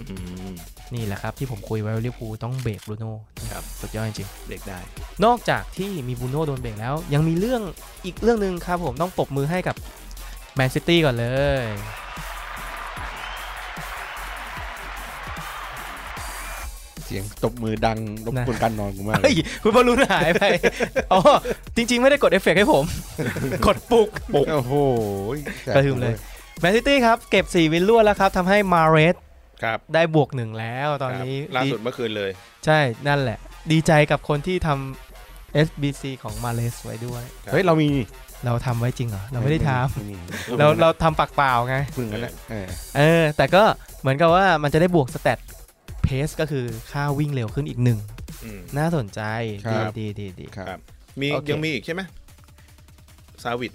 S3: อืม
S2: นี่แหละครับที่ผมคุยไว้ว่าลิเวอร์พูลต้องเบรกบรูโน่
S3: ครับ
S2: สุดยอดจริง
S3: เด็กได้
S2: ๆนอกจากที่มีบรูโน่โดนเบรกแล้ว ยังมีเรื่องอีกเรื่องหนึ่งครับผมต้องปรบมือให้กับแมนซิตี้ก่อนเลย
S4: เสียงตบมือดังรบกวนการนอนกูมากเล
S2: เฮ้
S4: ย
S2: ย คุณบอลลูนหายไป อ๋อ จริง ๆ ไม่ได้กดเอฟเฟกต์ให้ผม กดปลุก
S4: โอ้โหแสบ
S2: กระหึ่มเลย แมนซิตี้ครับ เก็บ 4 วินรวดแล้วครับทำให้มาเรส
S3: ครับ
S2: ได้บวกหนึ่งแล้วตอนนี้
S3: ครับล่าสุดเมื่อคืนเลย
S2: ใช่ นั่นแหละ ดีใจกับคนที่ทำ SBC ของมาเรสไว้ด้วย
S4: เฮ้ย เรามีนี่
S2: เราทำไว้จริงเหรอ เราไม่ได้ท
S4: นี่
S2: ำเราเราทำปากเปล่าไง
S4: พึ่งกันนะเออ
S2: เออแต่ก็เหมือนกับว่ามันจะได้บวกสเตตเพสก็คือค่าวิ่งเร็วขึ้นอีกหนึ่ง
S3: อืม
S2: น่าสนใจ
S3: ครั
S2: ดี
S3: บ
S2: ดีดีดี
S4: ครับ
S3: ครับ มี
S2: โอเค
S3: ยังมีอีกใช่ไหมซาวิด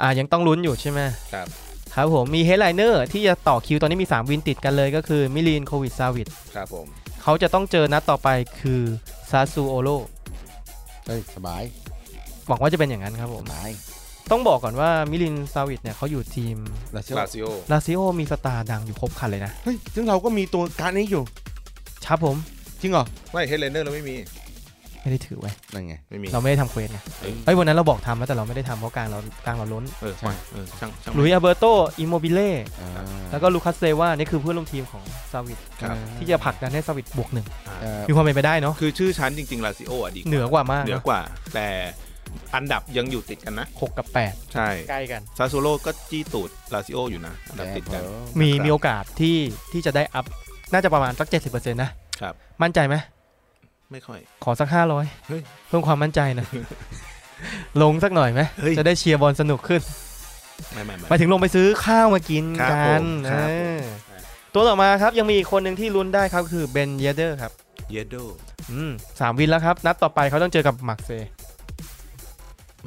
S2: อ่ะยังต้องลุ้นอยู่ใช่ไหม
S3: ครับ
S2: ครับผม มีเฮดไลเนอร์ที่จะต่อคิวตอนนี้มี 3 วินติดกันเลยก็คือ มิลีนโควิดซาวิด
S3: ครับผม
S2: เขาจะต้องเจอนัดต่อไปคือ ซาซูโอโล
S4: เฮ้ย สบาย
S2: หวังว่าจะเป็นอย่างนั้นครับผ
S4: ส
S2: ม
S4: บาย
S2: ต้องบอกก่อนว่า มิลินซาวิดเนี่ยเขาอยู่ทีม
S4: ลาเซียว
S3: ลาซิโอ
S2: ลาซิโอมีสตาร์ดังอยู่ครบครันเลยนะ
S4: เฮ้ย ซึ่งเราก็มีตัวการดนี้อยู่
S2: ครับผม
S4: จริงเหรอ
S3: ไม่เฮดเลนเนอร์เราไม่มี
S2: ไม่ได้ถือไว้
S4: นั่นไง
S3: ไม่มี
S2: เราไม่ได้ทำเควสไง
S3: เออ
S2: เฮ้ยวันนั้นเราบอกทำแล้วแต่เราไม่ได้ทำเพราะกลางเรากลางเราล้น
S3: เออช่างเออช่างช่าง
S2: หลุยส์อาเบอร์โต อิโมบิเล่
S4: อ่า
S2: แล้วก็ลูคัสเซว่านี่คือเพื่อนร่วมทีมของซาวิด
S3: ครับ
S2: ที่จะผลักดันให้ซาวิดบวกหนึ่ง
S4: เอ่อ
S2: มีความเป็นไปได้เนาะ
S3: คือชื่อชั้นจริง ๆ ลาซิโออ่ะดีกว่า
S2: เหนือกว่ามาก
S3: เหนือ
S2: นะ
S3: กว่า แต่อันดับยังอยู่ติดกันนะ
S2: หกกับแปด
S3: ใช่
S2: ใกล้กัน
S3: ซาซูโลก็จี้ตูดลาซิโออยู่นะอันดับติดกัน
S2: มี
S3: ครับ
S2: มีโอกาสที่ที่จะได้อัพ น่าจะประมาณสัก 70%นะครับ มั่นใจไหม
S3: ไม่ค่อย
S2: ขอสัก
S3: เฮ้ย
S2: 500 เพิ่มความมั่นใจ หนะ ลงสักหน่อยไหม
S3: เฮ้ย
S2: จะได้เชียร์บอลสนุกขึ้น
S3: ไม่ไม่ไม่
S2: หมายถึงลงไปซื้อข้าวมากิน
S3: ครับ
S2: กั
S3: ผ
S2: น
S3: ม
S2: เอ
S3: ครับผม
S2: อ ตัวต่อมาครับยังมีอีกคนหนึ่งที่ลุ้นได้ครับคือเบนเยเดอร์ครับ
S3: เยโด
S2: อืมสามวินแล้วครับ นัดต่อไปเขาต้องเจอกับมาร์เซย์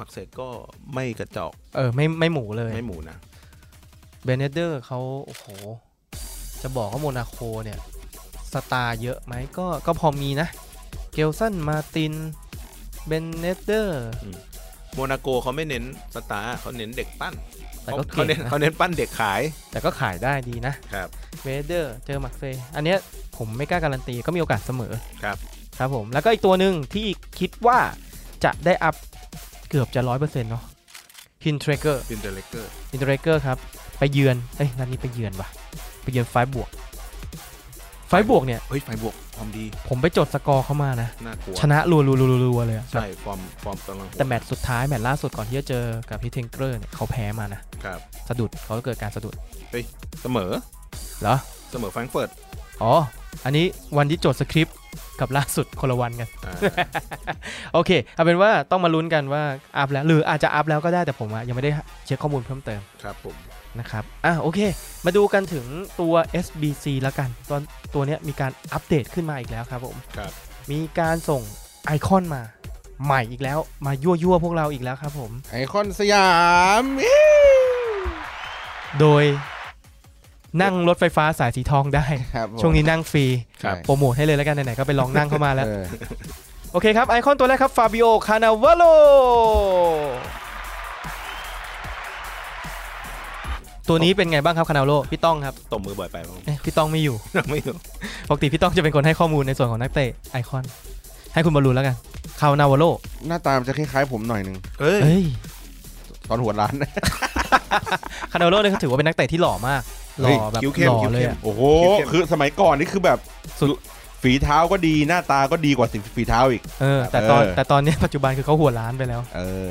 S3: มักเซก็ไม่กระจอก
S2: เออไม่ไม่หมูเลย
S3: ไม่หมูนะ
S2: เบนเดอร์เขาโอ้โห จะบอกว่าโมนาโคเนี่ยสตาร์เยอะไหมก็ก็พอมีนะ เกลสันมาตินเบนเดอร์
S3: โมนาโกเขาไม่เน้นสตาร์เขาเน้นเด็กปั้น
S2: แต่ก็
S3: เขา
S2: เก่ง
S3: เน้น
S2: นะ
S3: เขาเน้นปั้นเด็กขาย
S2: แต่ก็ขายได้ดีนะ
S3: ครับ
S2: เวเดอร์เจอมักเซย์อันเนี้ยผมไม่กล้าการันตีก็มีโอกาสเสมอ
S3: ครับ
S2: ครับผม แล้วก็อีกตัวหนึ่งที่คิดว่าจะได้อัพเกือบจะร้อยเปอร์เซ็นต์เนาะฮินเทรเกอร์
S3: ฟินเดเลเกอร์
S2: ฮินเทรเกอร์ครับ ไปเยือน เอ้ยนัดนี้ไปเยือนว่ะ ไปเยือนไฟล์บวก ไฟล์บวกเนี่ย
S3: เฮ้ยไฟบวกความดี
S2: ผมไปจดสกอร์เข้ามานะ
S3: น่ากลัว
S2: ชนะรัวๆๆๆเลยอะ
S3: ใช่ฟอร์มฟอร์มกำลัง
S2: แต่แมตช์สุดท้าย แมตช์ล่าสุดก่อนที่จะเจอกับฮิเทงเกอร์เนี่ยเขาแพ้มานะครับ สะดุดเขาเกิดการสะดุด
S3: เสมอ
S2: เหรอ
S3: เสมอแฟรงก์เฟิร์ต
S2: อ๋ออันนี้วันที่จดสคริปต์กับล่าสุดคนละวันกัน
S3: อ่า
S2: โอเคเอาเป็นว่าต้องมาลุ้นกันว่าอัพแล้ว หรืออาจจะอัพแล้วก็ได้แต่ผมอะยังไม่ได้เช็คข้อมูลเพิ่มเติม
S3: ครับผม
S2: นะครับ อ่ะโอเค มาดูกันถึงตัว SBC ละกัน ตอนตัวเนี้ยมีการอัปเดตขึ้นมาอีกแล้วครับผม
S3: ครับ
S2: มีการส่งไอคอนมา ใหม่อีกแล้ว มายั่วยั่วๆพวกเราอีกแล้วครับผม
S4: ไอคอนสยาม
S2: โดยนั่งรถไฟฟ้าสายสีทองได้
S4: ครับผม
S2: ช่วงนี้นั่งฟรี
S3: ครับ
S2: โปรโมทให้เลยแล้วกันไหนๆก็ไปลองนั่งเข้ามา แล้ว
S4: เออ
S2: โอเคครับ ไอคอนตัวแรกครับ ฟาบิโอ คานาวาโล ตัวนี้เป็นไงบ้างครับ คานาวาโล พี่ต้องครับ
S3: ตบมือบ่อยไปมั้ง
S2: เอ๊ะพี่ต้องไม่อยู่
S3: ไม่รู้
S2: ปกติพี่ต้องจะเป็นคนให้ข้อมูลในส่วนของนักเตะไอคอน ให้คุณบอลลูนแล้วกัน คานาวาโล
S4: หน้าตามันจะคล้ายๆผมหน่อยหนึ่ง
S3: เอ้ย
S2: เอ้ย
S4: ตอนหัวร้านนะ
S2: คานาวาโลเนี่ยเขาถือว่าเป็นนักเตะที่หล่อมาก หล่อแบบ
S3: คิ้วเข้
S2: ห
S3: ม
S2: ล่อ
S3: คิ้ว
S2: เลย
S3: เข้ม
S2: อะ
S4: โอ้โห
S3: คิ้วเข้ม
S4: คือสมัยก่อนนี่คือแบบ
S2: สุด
S4: ฝีเท้าก็ดีหน้าตาก็ดีกว่าสิฝีเท้าอีก
S2: เออ แต่ตอน
S4: เออ
S2: แต่ตอนเนี้ยปัจจุบันคือเขาหัวล้านไปแล้ว
S4: เออ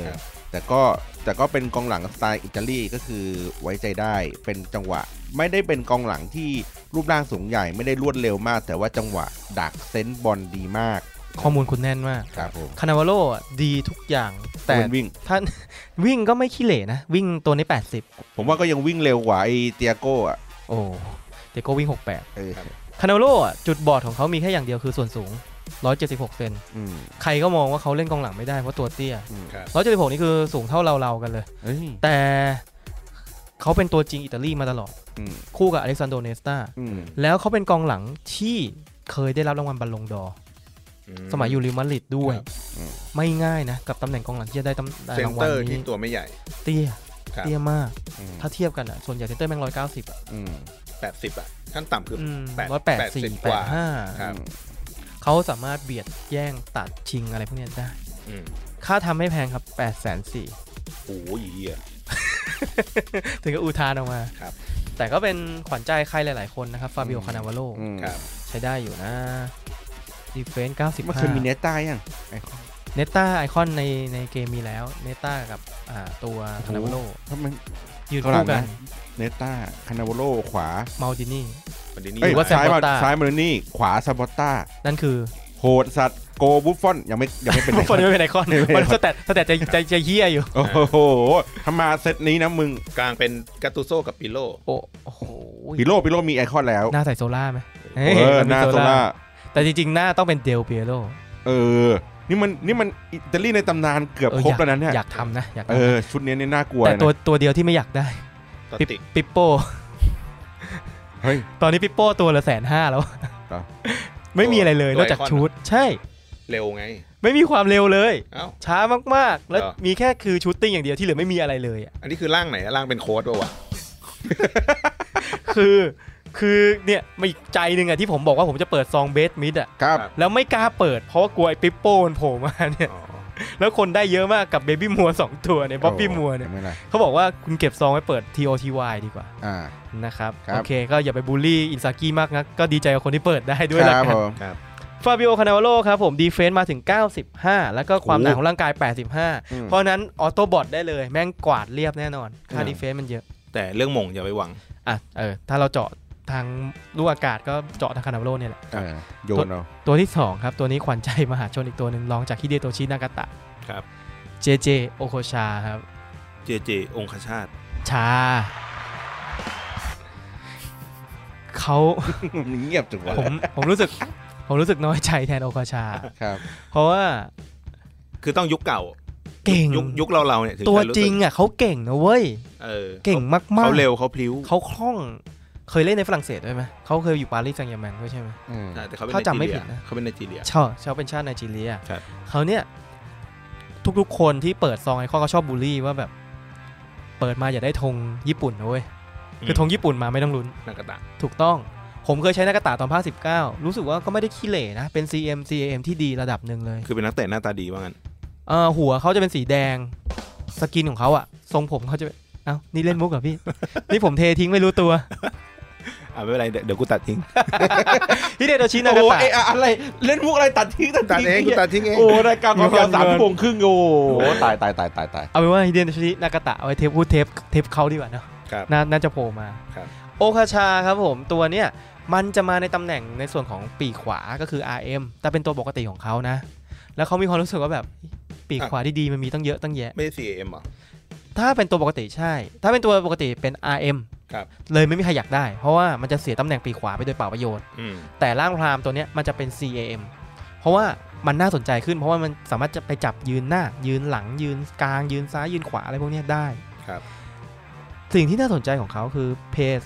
S4: แต่ก็แต่ก็เป็นกองหลังสไตล์อิตาลีก็คือไว้ใจได้เป็นจังหวะ ไม่ได้เป็นกองหลังที่รูปร่างสูงใหญ่ไม่ได้รวดเร็วมาก แต่ว่าจังหวะดักเซนส์บอลดีมาก
S2: ข้อมูลคุณแน่นมาก
S4: ครับผม
S2: คานาวาโลอะดีทุกอย่าง แต่
S4: แต่วิ่ง
S2: ท่าน วิ่งก็ไม่ขี้เหร่นะ วิ่งตัวนี้ 80
S4: ผมว่าก็ยังวิ่งเร็วกว่าไอเตียโก้อะ
S2: โอ้เดโก้วิ่ง 68
S4: เออ
S2: คานาโร่อะจุดบอดของเขามีแค่อย่างเดียวคือส่วนสูง 176 เซน
S4: อืม
S2: ใครก็มองว่าเขาเล่นกองหลังไม่ได้เพราะตัวเตี้ย
S4: อืม
S3: ครับ
S2: 176 นี่คือสูงเท่าเราเราๆกันเลย
S4: เอ้ย
S2: แต่เขาเป็นตัวจริงอิตาลีมาตลอด
S4: อืม
S2: คู่กับอเล็กซานโดเนสตา
S4: อืม
S2: แล้วเขาเป็นกองหลังที่เคยได้รับรางวัลบัลลงดอร์สมัยอยู่ริมาริดด้วย
S3: ครับ
S2: ไม่ง่ายนะ กับตำแหน่งกองหลังที่จะได้ตำได้
S3: เซน
S2: รางวั
S3: เต
S2: ล
S3: อร์ที่
S2: นี้
S3: ตัวไม่ใหญ่
S2: เตี้ย
S3: ครับ
S2: เตี้ยมาก
S4: อืม
S2: ถ้าเทียบกันอ่ะส่วนใหญ่เซนเตอร์แม่งร้อยเก้าสิบอ่ะ
S4: อืม
S3: 80 อ่ะขั้นต่ำคือ แปด
S2: ร้อยแปดสี่
S3: 80ก
S2: แป
S3: ว่า
S2: ดห้า
S3: ครับ
S2: เขาสามารถเบียดแย่งตัดชิงอะไรพวกเนี้ยได้
S3: อืม
S2: ค่าทำไม่แพงครับ8ปดแสนสี่
S3: โอ้ยเหี้ย
S2: ถึงก็อุทานออกมา
S3: ครับ
S2: แต่ก็เป็นขวัญใจใครหลาย ๆ คนนะครับ ฟาบิโอ คานาวาโล
S4: อืม
S3: ครับ
S2: ใช้ได้อยู่นะดีเฟน
S4: มันเคยมี
S2: 95
S4: เนต้ายังไอคอน
S2: เนต้าไอคอนในในเกมมีแล้ว เนต้ากับอ่าตัวคานาวาโล
S4: ทำไม
S2: ยืน
S4: ข้างหลั
S2: คู่
S4: ง
S2: กัน
S4: นะ เนต้าคานาวโลขวา
S2: มาดินี่
S3: วันนี้นี่
S4: เอ้ย
S2: หรือว่า
S4: ซ้ายมา
S2: Zapata
S4: ซ้ายมาเลนี่ ขวาซาบอต้า
S2: นั่นคือ
S4: โหดสัตว์โกบุฟฟอนยังไม่ยังไม่เป็นไร
S2: ทุกคนไม่เป็นไอคอน
S4: ไม่เป็นไอคอน
S2: มันสแตทสแตทจะจะจะเฮี้ยอยู่
S4: โอ้โหทำมาเซตนี้นะมึง
S3: กลางเป็นกาตูโซกับปิโล
S2: โอ้โอ้โห
S4: พิโร่พิโร่มีไอคอนแล้ว
S2: หน้าใส่โซล่าไหม
S4: เออหน้าโซล่า
S2: แต่จริงๆ หน้าต้องเป็นเดลเปียโร
S4: เออ นี่มันนี่มันอิตาลีในตำนานเกือบ
S2: ออ
S4: ครบ
S2: ยาก
S4: แล้วนะเนี่ย
S2: อยากทำนะอยากทำ
S4: เออชุดนี้เนี่ยน่ากลัว
S2: แต่
S4: นะ
S2: ตัวตัวเดียวที่ไม่อยากได้
S3: ต
S2: ปิป
S3: ติก
S2: ปิปโป้
S4: เฮ้ย
S2: ตอนนี้ปิปโป้ตัวละแสนห้าแล้ว
S4: เหรอ
S2: ไม่มีอะไรเลยนอกจากชุด ใช่
S3: เร็วไง
S2: ไม่มีความเร็วเลย
S3: เอ้า
S2: ช้ามากๆ แล้ว
S3: เหรอ
S2: มีแค่คือชูตติ้งอย่างเดียวที่เหลือไม่มีอะไรเลยอะ
S3: อันนี้คือร่างไหนอะร่างเป็นโค้ดป่าวะ
S2: คือคือเนี่ยมีอีกใจหนึ่งอะที่ผมบอกว่าผมจะเปิดซองเบสมิดอะ
S4: ครับ
S3: ครับ
S2: แล้วไม่กล้าเปิดเพราะว่ากลัวไอ้ปิปโป้มันโผล่มาเนี่ย
S3: อ๋อ
S2: แล้วคนได้เยอะมากกับเบบี้มัวสองตัวเนี่ยบ๊อบบี้มัวเนี่ย
S4: ไม่ไร
S2: เขาบอกว่าคุณเก็บซองไว้เปิด TOTY ดีกว่า
S4: อ่า
S2: นะครับ
S4: ครับ
S2: โอเค ก็อย่าไปบูลลี่อินซากิมากนัก ก็ดีใจกับคนที่เปิดได้ด้วยละ
S4: ค
S2: กั
S4: รั
S2: น
S4: ผม
S2: ฟาบิโอคานาวาโลครับผมดีเฟนต์มาถึง 95 แล้วก็ความหนา
S4: โอ้
S2: ข
S4: โห
S2: องร่างกาย
S4: อืม
S2: 85 เพราะฉะนั้นออโต้บอทได้เลย แม่งกวาดเรียบแน่นอน ค่าดีเฟนต์มันเยอะ
S3: แต่เรื่องหมงอย่าไปหวัง
S2: อ่ะ เออ ถ้าเราเจาะทางลูกอากาศก็เจาะทางคานาวาโลเนี่ยแหละ
S4: เออโยนเอา
S2: ตัวที่ 2 ครับ ตัวนี้ขวัญใจมหาชนอีกตัวหนึ่งรองจากฮิเดโตชินากาตะ
S3: ครับ
S2: เจเจโอโคชาครับ
S3: เจเจ องคชาต
S2: ชา เขา
S4: เงียบจังวะ
S2: ผมผมรู้สึก ผมรู้สึกน้อยใจแทนโอคาชา
S4: ครับ
S2: เพราะว่า
S3: คือต้องยุคเก่า
S2: เก่ง
S3: ยุคยุคเราเราๆเนี่ย
S2: ตัว
S3: ถึะสึก
S2: จริงอ่ะเขาเก่งนะเว้ย
S3: เออ
S2: เก่งมากๆ
S3: เขาเร็วเขาพลิ้ว
S2: เขาคล่องเคยเล่นในฝรั่งเศสด้วยไหมเขาเคยอยู่ปารีสแซงต์แชร์กแมงด้วยใช่ไหม
S4: อืม
S3: อ่ะแต่เขาเป็น
S2: ถ้าจำไม่
S3: นจีเรีย
S2: ผิดนะ
S3: เขาเป็นไนจีเรีย
S2: ชอบชอบเป็นชาติไนจีเรีย
S3: ครับ
S2: เขาเนี่ย ทุกๆคนที่เปิดซองไอคอนเขาชอบบูลลี่ว่าแบบ เปิดมาอย่าได้ธงญี่ปุ่นนะเว้ยคือธงญี่ปุ่นมาไม่ต้องลุ้น
S3: นากาตะ
S2: ถูกต้อง ผมเคยใช้หน้ากระตาตอนภาค19 รู้สึกว่าก็ไม่ได้ขี้เหร่นะ เป็น CM CAM ที่ดีระดับหนึ่งเลย
S3: คือเป็นนักเตะหน้าตาดีว่างั้น
S2: เอ่อหัวเขาจะเป็นสีแดง สกินของเขาอะทรงผมเขาจะเป็นเอ้านี่เล่นมุกเหรอพี่ นี่ผมเททิ้งไม่รู้ตัว
S3: อ่ะไม่เป็นไรเดี๋ยวเดี๋ยวกูตัดทิ้ง
S2: พี่เดโดชิ
S4: โอ้
S2: นากา
S4: โห
S2: ตะ
S4: เอ้ยอะอะไร เล่นมุกอะไรตัดทิ้งตัด
S3: ตัด
S4: ทิ้ง
S3: เองกูตัดทิ้งเอง
S4: โอ้รายการความยาวสามชั่วโมงครึ่งโอ้โหตายตายตายตายตาย
S2: เอาเป็นว่าฮิเดโดชินากาตะเอาไว้เทปพูดเทปเทปเขาดีกว่าเนอะ
S3: ครับ
S2: น่าน่าจะโผล่มา
S3: ครับ
S2: โอคาชาครับผมตัวเนี้ยมันจะมาในตำแหน่งในส่วนของปีกขวาก็คือ RM แต่เป็นตัวปกติของเขานะ แล้วเขามีความรู้สึกว่าแบบปีกขวาดีๆมันมีตั้งเยอะตั้งแยะ
S3: ไม่ใช่ CAM เหรอ
S2: ถ้าเป็นตัวปกติใช่ ถ้าเป็นตัวปกติเป็น RM
S3: ครับ
S2: เลยไม่มีใครอยากได้ เพราะว่ามันจะเสียตำแหน่งปีกขวาไปโดยเปล่าประโยชน์
S3: อืม
S2: แต่ร่างพรามตัวเนี้ยมันจะเป็น CAM เพราะว่ามันน่าสนใจขึ้น เพราะว่ามันสามารถจะไปจับยืนหน้า ยืนหลังยืนกลางยืนซ้ายยืนขวาอะไรพวกเนี้ยได้
S3: ครับ
S2: สิ่งที่น่าสนใจของเขาคือเพส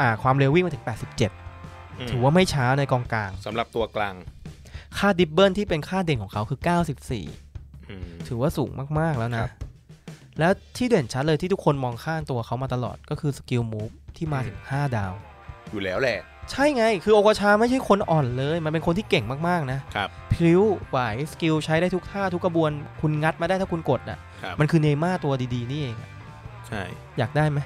S2: อ่าความเร็ววิ่งมาถึง 87 ถือว่าไม่ช้าในกองกลาง
S3: สำหรับตัวกลาง
S2: ค่าดิบเบิลที่เป็นค่าเด่นของเขาคือ 94
S3: อืม
S2: ถือว่าสูงมาก ๆ แล้ว
S3: ครั
S2: นะ
S3: บ
S2: แล้วที่เด่นชัดเลยที่ทุกคนมองข้ามตัวเขามาตลอดก็คือสกิลมูฟที่มาถึง 5 ดาว
S3: อยู่แล้วแหละ
S2: ใช่ไง คือโอกาชาไม่ใช่คนอ่อนเลย มันเป็นคนที่เก่งมาก ๆ นะครับ พลิ้วไหวสกิลใช้ได้ทุกท่าทุกกระบวน คุณงัดมาได้ถ้าคุณกดอ่ะ
S3: ครับ
S2: มันคือเนย์ม่าตัวดีๆ นี่เองอะ
S3: ใช่
S2: อยากได้ไหม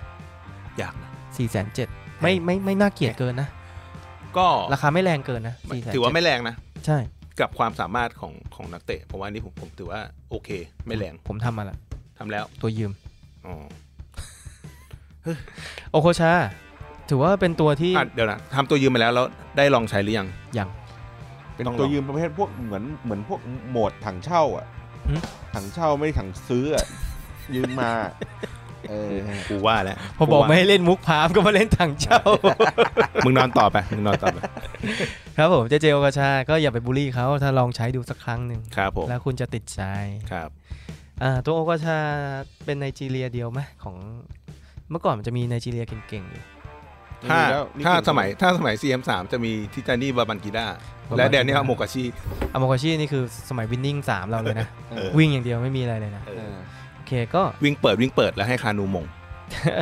S3: อยากนะ
S2: สี่แสนเจ็ดไม่ไม่ไม่น่าเกลียดเกินนะ
S3: ก็
S2: ราคาไม่แรงเกินนะสี่แสน
S3: ถือว่าไม่แรงนะ
S2: ใช่
S3: กับความสามารถของของนักเตะผมว่านี่ผมผมถือว่าโอเค ไม่แรง
S2: ผมทำมาละ
S3: ทำแล้ว
S2: ตัวยืม
S3: อ๋อ
S2: โอโคชา ถือว่าเป็นตัวที่
S3: อ่ะเดี๋ยวนะทำตัวยืมมาแล้วแล้วได้ลองใช้หรือยัง
S4: เป็น
S3: ต้องลอง
S4: ตัวยืมประเภทพวกเหมือนเหมือนพวกโหมดถังเช่าอ่ะ
S2: หืม
S4: ถังเช่าไม่ใช่ถังซื้ออะยืมมาเออ
S3: กูว่าแล้ว
S2: พอบอกไม่ให้เล่นมุกพามก็มาเล่นถังเช่า
S3: มึงนอนต่อไปมึงนอนต่อไป
S2: ครับผมเจเจโอโคชา ก็อย่าไปบูลลี่เขาถ้าลองใช้ดูสักครั้งหนึ่ง
S3: ครับผม
S2: แล้วคุณจะติดใจ
S3: ครับ
S2: อ่าตัวโอโคชาเป็นไนจีเรียเดียวไหมของเมื่อก่อนมันจะมีไนจีเรียเก่งๆอยู่
S3: ถ้า
S4: นี่
S3: ถ้า
S4: คือ
S3: สมัยถ้าสมัย CM3 จะมีทิจานี่บาบันกิด้าและแดนนี่โมกาชิ
S2: อามโกชินี่คือสมัยวินนิ่งสามเราเลยนะ
S4: เออ
S2: วิ่งอย่างเดียวไม่มีอะไรเลยนะ
S4: เออ
S2: โอเคก็
S3: วิ่งเปิดวิ่งเปิดแล้วให้คานูมง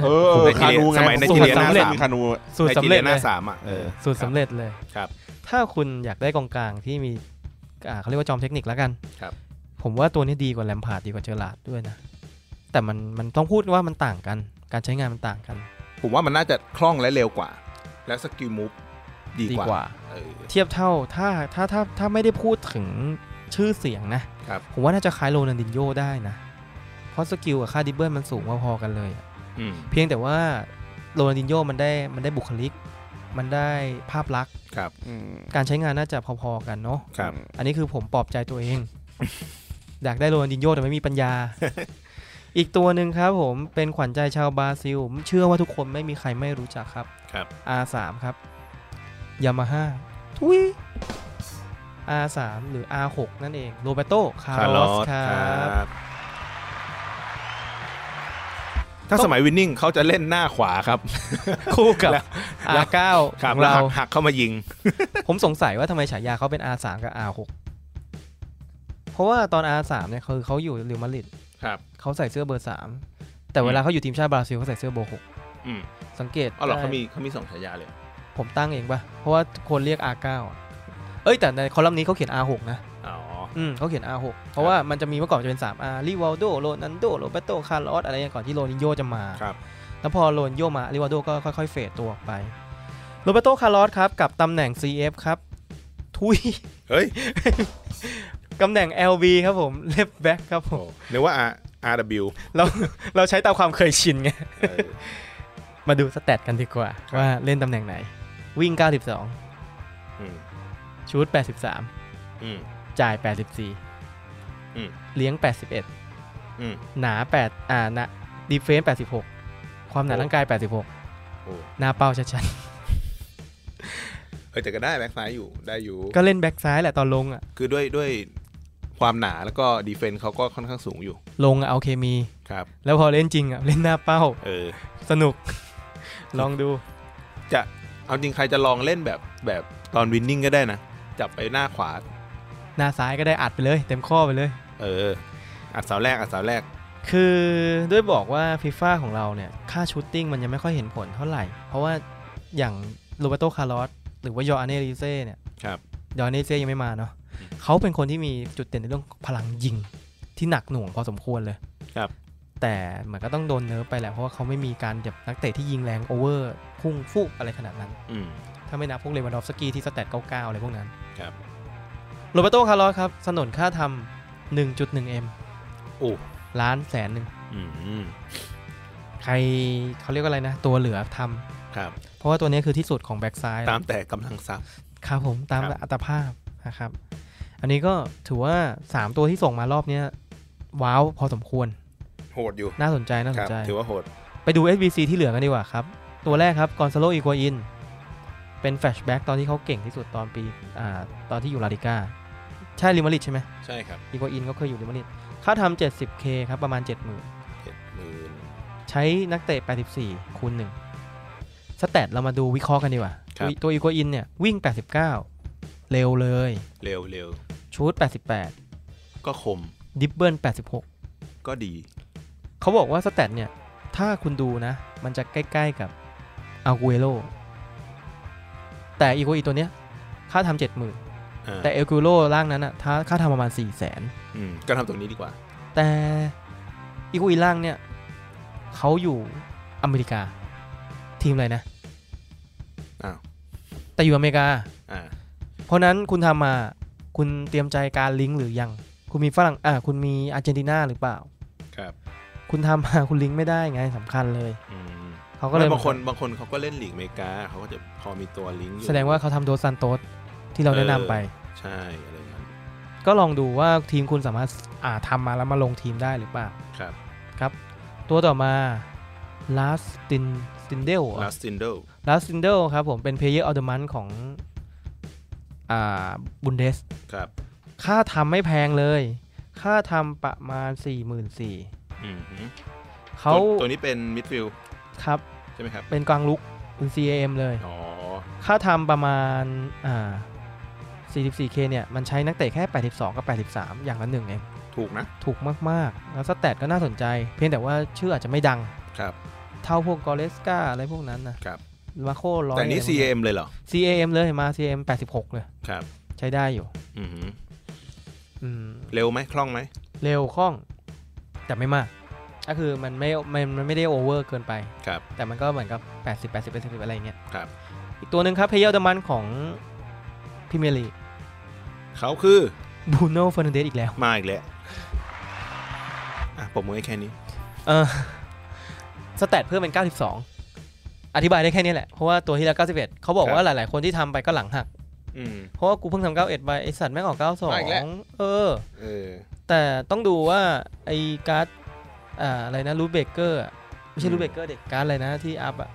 S4: เออ
S3: ผมไม่
S4: คานูไง
S3: สมัยในจีเรียหน้าสาม
S4: คานู
S2: สูตรสำเร็จ
S3: ไนจียห
S2: เล
S3: น้าย สามอ่ะเออ
S2: สูตรสำเร็จเลย
S3: ครับ
S2: ถ้าคุณอยากได้กองกลางที่มีอ่าเขาเรียกว่าจอมเทคนิคแล้วกัน
S3: ครับ
S2: ผมว่าตัวนี้ดีกว่าแลมพาร์ดดีกว่าเจอร์ลาร์ดด้วยนะ แต่มันมันต้องพูดว่ามันต่างกัน การใช้งานมันต่างกัน
S3: ผมว่ามันน่าจะคล่องและเร็วกว่า และสกิลมูฟดีกว่าเออ
S2: เทียบเท่าถ้าถ้าถ้าถ้าไม่ได้พูดถึงชื่อเสียงนะ
S3: ครับ
S2: ผมว่าน่าจะคล้ายโรนันดินโยได้นะ เพราะสกิลกับค่าดิบเบิลมันสูงพอๆกันเลยอะ
S3: อืม
S2: เพียงแต่ว่าโรนันดินโยมันได้มันได้บุคลิก มันได้ภาพลักษณ์การใช้งานน่าจะพอๆกันเนาะ
S3: ครับ
S2: อันนี้คือผมปลอบใจตัวเอง อยากได้โรนัลดินโยแต่ไม่มีปัญญา อีกตัวหนึ่งครับผมเป็นขวัญใจชาวบราซิล เชื่อว่าทุกคนไม่มีใครไม่รู้จักครับ
S3: ครับ
S2: R3 ครับยามาฮ่าทุย R3 หรือ R6 นั่นเองโรเบโตคาร์ลอสครับ
S3: บถ้าสมัยวินนิ่งเขาจะเล่นหน้าขวาครับ
S2: คู่กับ
S3: แล้ว
S2: R9
S3: ค
S2: ข
S3: รับ
S2: อง
S3: แล้ว
S2: เรา
S3: หักหักเข้ามายิง
S2: ผมสงสัยว่าทำไมฉายาเขาเป็น R3 กับ R6 เพราะว่าตอน R3 เนี่ยคือเขาอยู่เรอัลมาดริด
S3: ครับ
S2: เขาใส่เสื้อเบอร์สามแต่เวลาเขาอยู่ทีมชาติบราซิลเขาใส่เสื้อเบอร์หก
S3: อืม
S2: สังเกต
S3: เอาเหรอ
S2: ได้
S3: เขามีเขามีสองฉายาเลย
S2: ผมตั้งเองปะเพราะว่าคนเรียก R9 อะเอ้ยแต่ในคอลัมน์นี้เขาเขียน R6 นะ
S3: อ๋อ
S2: อืมเขาเขียน R6 เพราะว่ามันจะมีเมื่อก่อนมันจะเป็น 3R ริวัลโดโรนันโดโรเบโตคาร์ลอสอะไรอย่างก่อนที่โรนินโยจะมา
S3: ครับ
S2: แล้วพอโรนินโยมาริวัลโดก็ค่อยๆเฟดตัวออกไปโรเบโตคาร์ลอสครับกับตำแหน่ง CF ครับทุย
S3: เฮ้ย
S2: ตำแหน่ง LB ครับผมเลฟแบ็กครับผ
S3: โอ้
S2: ม
S3: นึกว่า R RW
S2: เราเราใช้ตามความเคยชินไง
S3: เออ
S2: มาดูสเตตกันดีกว่า ว่าเล่นตำแหน่งไหน วิ่ง 92
S3: อืม
S2: ชูด
S3: อืม
S2: 83 จ่าย
S3: อืม
S2: 84 เลี้ยง 81
S3: อืม
S2: หนา 8 อ่าหนะดีเฟนส์86 ความหนา
S3: โอ้
S2: ร่างกาย
S3: โอ้
S2: 86 หน้าเป้าชัด
S3: เออแต่ก็ได้แบ็กซ้ายอยู่ได้อยู่
S2: ก็เล่นแบ็กซ้ายแหละตอนลงอ่ะ
S3: คือด้วยด้วยความหนาแล้วก็ดีเฟนต์เขาก็ค่อนข้างสูงอยู่
S2: ลงอะเอาเคมี
S3: ครับ
S2: แล้วพอเล่นจริงอ่ะ เล่นหน้าเป้า
S3: เออ
S2: ส นุก ลองดู
S3: จะเอาจริงใครจะลองเล่นแบบแบบตอนวินนิ่งก็ได้นะ จับไปหน้าขวา
S2: หน้าซ้ายก็ได้อัดไปเลย เต็มข้อไปเลย
S3: เออ อัดเสาแรกอัดเสาแรก
S2: คือด้วยบอกว่าฟีฟ่าของเราเนี่ย ค่าชูตติ้งมันยังไม่ค่อยเห็นผลเท่าไหร่ เพราะว่าอย่างโรเบโตคาร์ลอสหรือว่ายอร์อาเนลิเซ่เนี่ย
S3: ครับ
S2: ยอร์อาเนลิเซ่ยังไม่มาเนาะเขาเป็นคนที่มีจุดเด่นในเรื่องพลังยิงที่หนักหน่วงพอสมควรเลย
S3: ครับ
S2: แต่เหมือนก็ต้องโดนเนิร์ฟไปแหละเพราะว่าเขาไม่มีการแบบนักเตะที่ยิงแรงโอเวอร์พุ่งฟุบอะไรขนาดนั้น
S3: อืม
S2: ถ้าไม่นับพวกเลวานดอฟสกี้ที่สแตท99 อะไรพวกนั้น
S3: ครับ
S2: โรเบโตคาร์ลอสครับสนนค่าทำ1.1 m
S3: โอ้
S2: ล้านแสนหนึ่ง
S3: อืม
S2: ใครเขาเรียกว่าอะไรนะ ตัวเหลือทำ
S3: ครับ
S2: เพราะว่าตัวนี้คือที่สุดของแบ็กซ้าย
S3: ตามแต่กำลังทรัพย์
S2: ครับผมตาม
S3: ครับ
S2: อัตภาพนะครับ อันนี้ก็ถือว่า 3 ตัวที่ส่งมารอบเนี้ยว้าวพอสมควร
S3: โหดอยู่
S2: น่าสนใจน่าส
S3: คน รับ
S2: ใจ
S3: ถือว่าโหด
S2: ไปดู SBC ที่เหลือกันดีกว่าครับ ตัวแรกครับกอนซาโลอีกัวอิน เป็นแฟลชแบ็กตอนที่เขาเก่งที่สุดตอนปีอ่าตอนที่อยู่ลาลิก้าใช่ลิมาริดใช่ไหม
S3: ใช่ครับ
S2: อีกัวอินก็เคยอยู่ลิมาริดค่าทำ 70K ครับประมาณ 70,000
S3: เจ็ดหมื่น
S2: ใช้นักเตะ 84 คูณหนึ่งสเตตเรามาดูวิเคราะห์กันดีกว่า
S3: ครับ
S2: ตัวอีกัวอินเนี่ย วิ่ง 89 เร็วเลย
S3: เร็วเร็ว
S2: ชูด88
S3: ก็คม
S2: ดิบเบิล86
S3: ก็ดี
S2: เขาบอกว่าสเตตเนี่ย ถ้าคุณดูนะ มันจะใกล้ๆกับอากูเอโ o แต่อีกัวอินตัวเนี้ย ค่าทำ 70,000
S3: อ่า
S2: แต่เอลกิโลร่างนั้นอ่ะถ้าค่าทำประมาณ 400,000
S3: อืมก็ทำตรงนี้ดีกว่า
S2: แต่อีกัวอินร่างเนี่ยเขาอยู่อเมริกา ทีมอะไรนะ
S3: อ้าว
S2: แต่อยู่อเมริกา
S3: อ่า
S2: เพราะนั้นคุณทำมาคุณเตรียมใจการลิงก์หรือยัง คุณมีฝรั่งอ่าคุณมีอาร์เจนตินาหรือเปล่า
S3: ครับ
S2: คุณทำมา คุณลิงก์ไม่ได้ไงสำคัญเลย
S3: อืม
S2: เขาก็
S3: ไม่
S2: เลย
S3: บางคนบางคนเขาก็เล่นหลีกอเมริกาเขาก็จะพอมีตัวลิงก์อยู่
S2: แสดงว่าเขาทำโดสซันโตสที่เราแนะนำไป
S3: ใช่อะไรอย่างนั้น
S2: ก็ลองดูว่าทีมคุณสามารถอ่าทำมาแล้วมาลงทีมได้หรือเปล่า
S3: ครับ
S2: ตัวต่อมาลาสตินตินเดล
S3: ลาสตินโด
S2: ลาสตินเดลครับผมเป็นเพลเยอร์ออเดมันของอ่าบุนเดส
S3: ครับ
S2: ค่าทำไม่แพงเลย ค่าทำประมาณ 4 4 0 0
S3: อืมฮึ
S2: 0เขา
S3: ตัวตัวนี้เป็นมิดฟิลด์
S2: ครับ
S3: ใช่ไหมครับ
S2: เป็นกวางลุกเป็น CAM เลย
S3: อ๋อ
S2: ค่าทำประมาณอ่า 44K เนี่ย มันใช้นักเตะแค่ 82 กับ 83 อย่างละหนึ่งเอง
S3: ถูกนะ
S2: ถูกมาก ๆ แล้วสแตทก็น่าสนใจ เพียงแต่ว่าชื่ออาจจะไม่ดัง
S3: ครับ
S2: เท่าพวกกอเลสกาอะไรพวกนั้นนะครับ มาโคร้อย
S3: แต่นี้
S2: อะไรพวก
S3: CM เลยเหรอ
S2: CAM เลยมา CAM 86 เลย
S3: ครับ
S2: ใช้ได้อยู่
S3: อืมฮึ
S2: อืม
S3: เร็วไหมคล่องไหม
S2: เร็วคล่อง แต่ไม่มาก ก็คือมันไม่มันมันไม่ได้โอเวอร์เกินไป
S3: ครับ
S2: แต่มันก็เหมือนกับ 80 80 80อะไรอย่างเงี้ย
S3: ครับ
S2: อีกตัวหนึ่งครับเพย์เยอร์ดมันของพิเมลี
S3: เขาคือ
S2: บูโน่เฟอร์นันเดสอีกแล้ว
S3: มาอีกแล้วอ่ะผมมือให้แค่นี้
S2: เออสแตทเพิ่มเป็น 92 อธิบายได้แค่นี้แหละ เพราะว่าตัวที่แล้ว 91 เขาบอกว่าหลาย ๆ คนที่ทำไปก็หลังหัก
S3: อืม
S2: เพราะว่ากูเพิ่งทำ91ไปไอสัตว์แม่งออก
S3: มาอีกแล้ว
S2: 92 เออ
S3: เออ
S2: แต่ต้องดูว่า ไอการ์ดอ่าอะไรนะรูทเบเกอร์อะไม่ใช่
S3: อืม
S2: รูทเบเกอร์เด็กการ์ดอะไรนะที่อัพอะ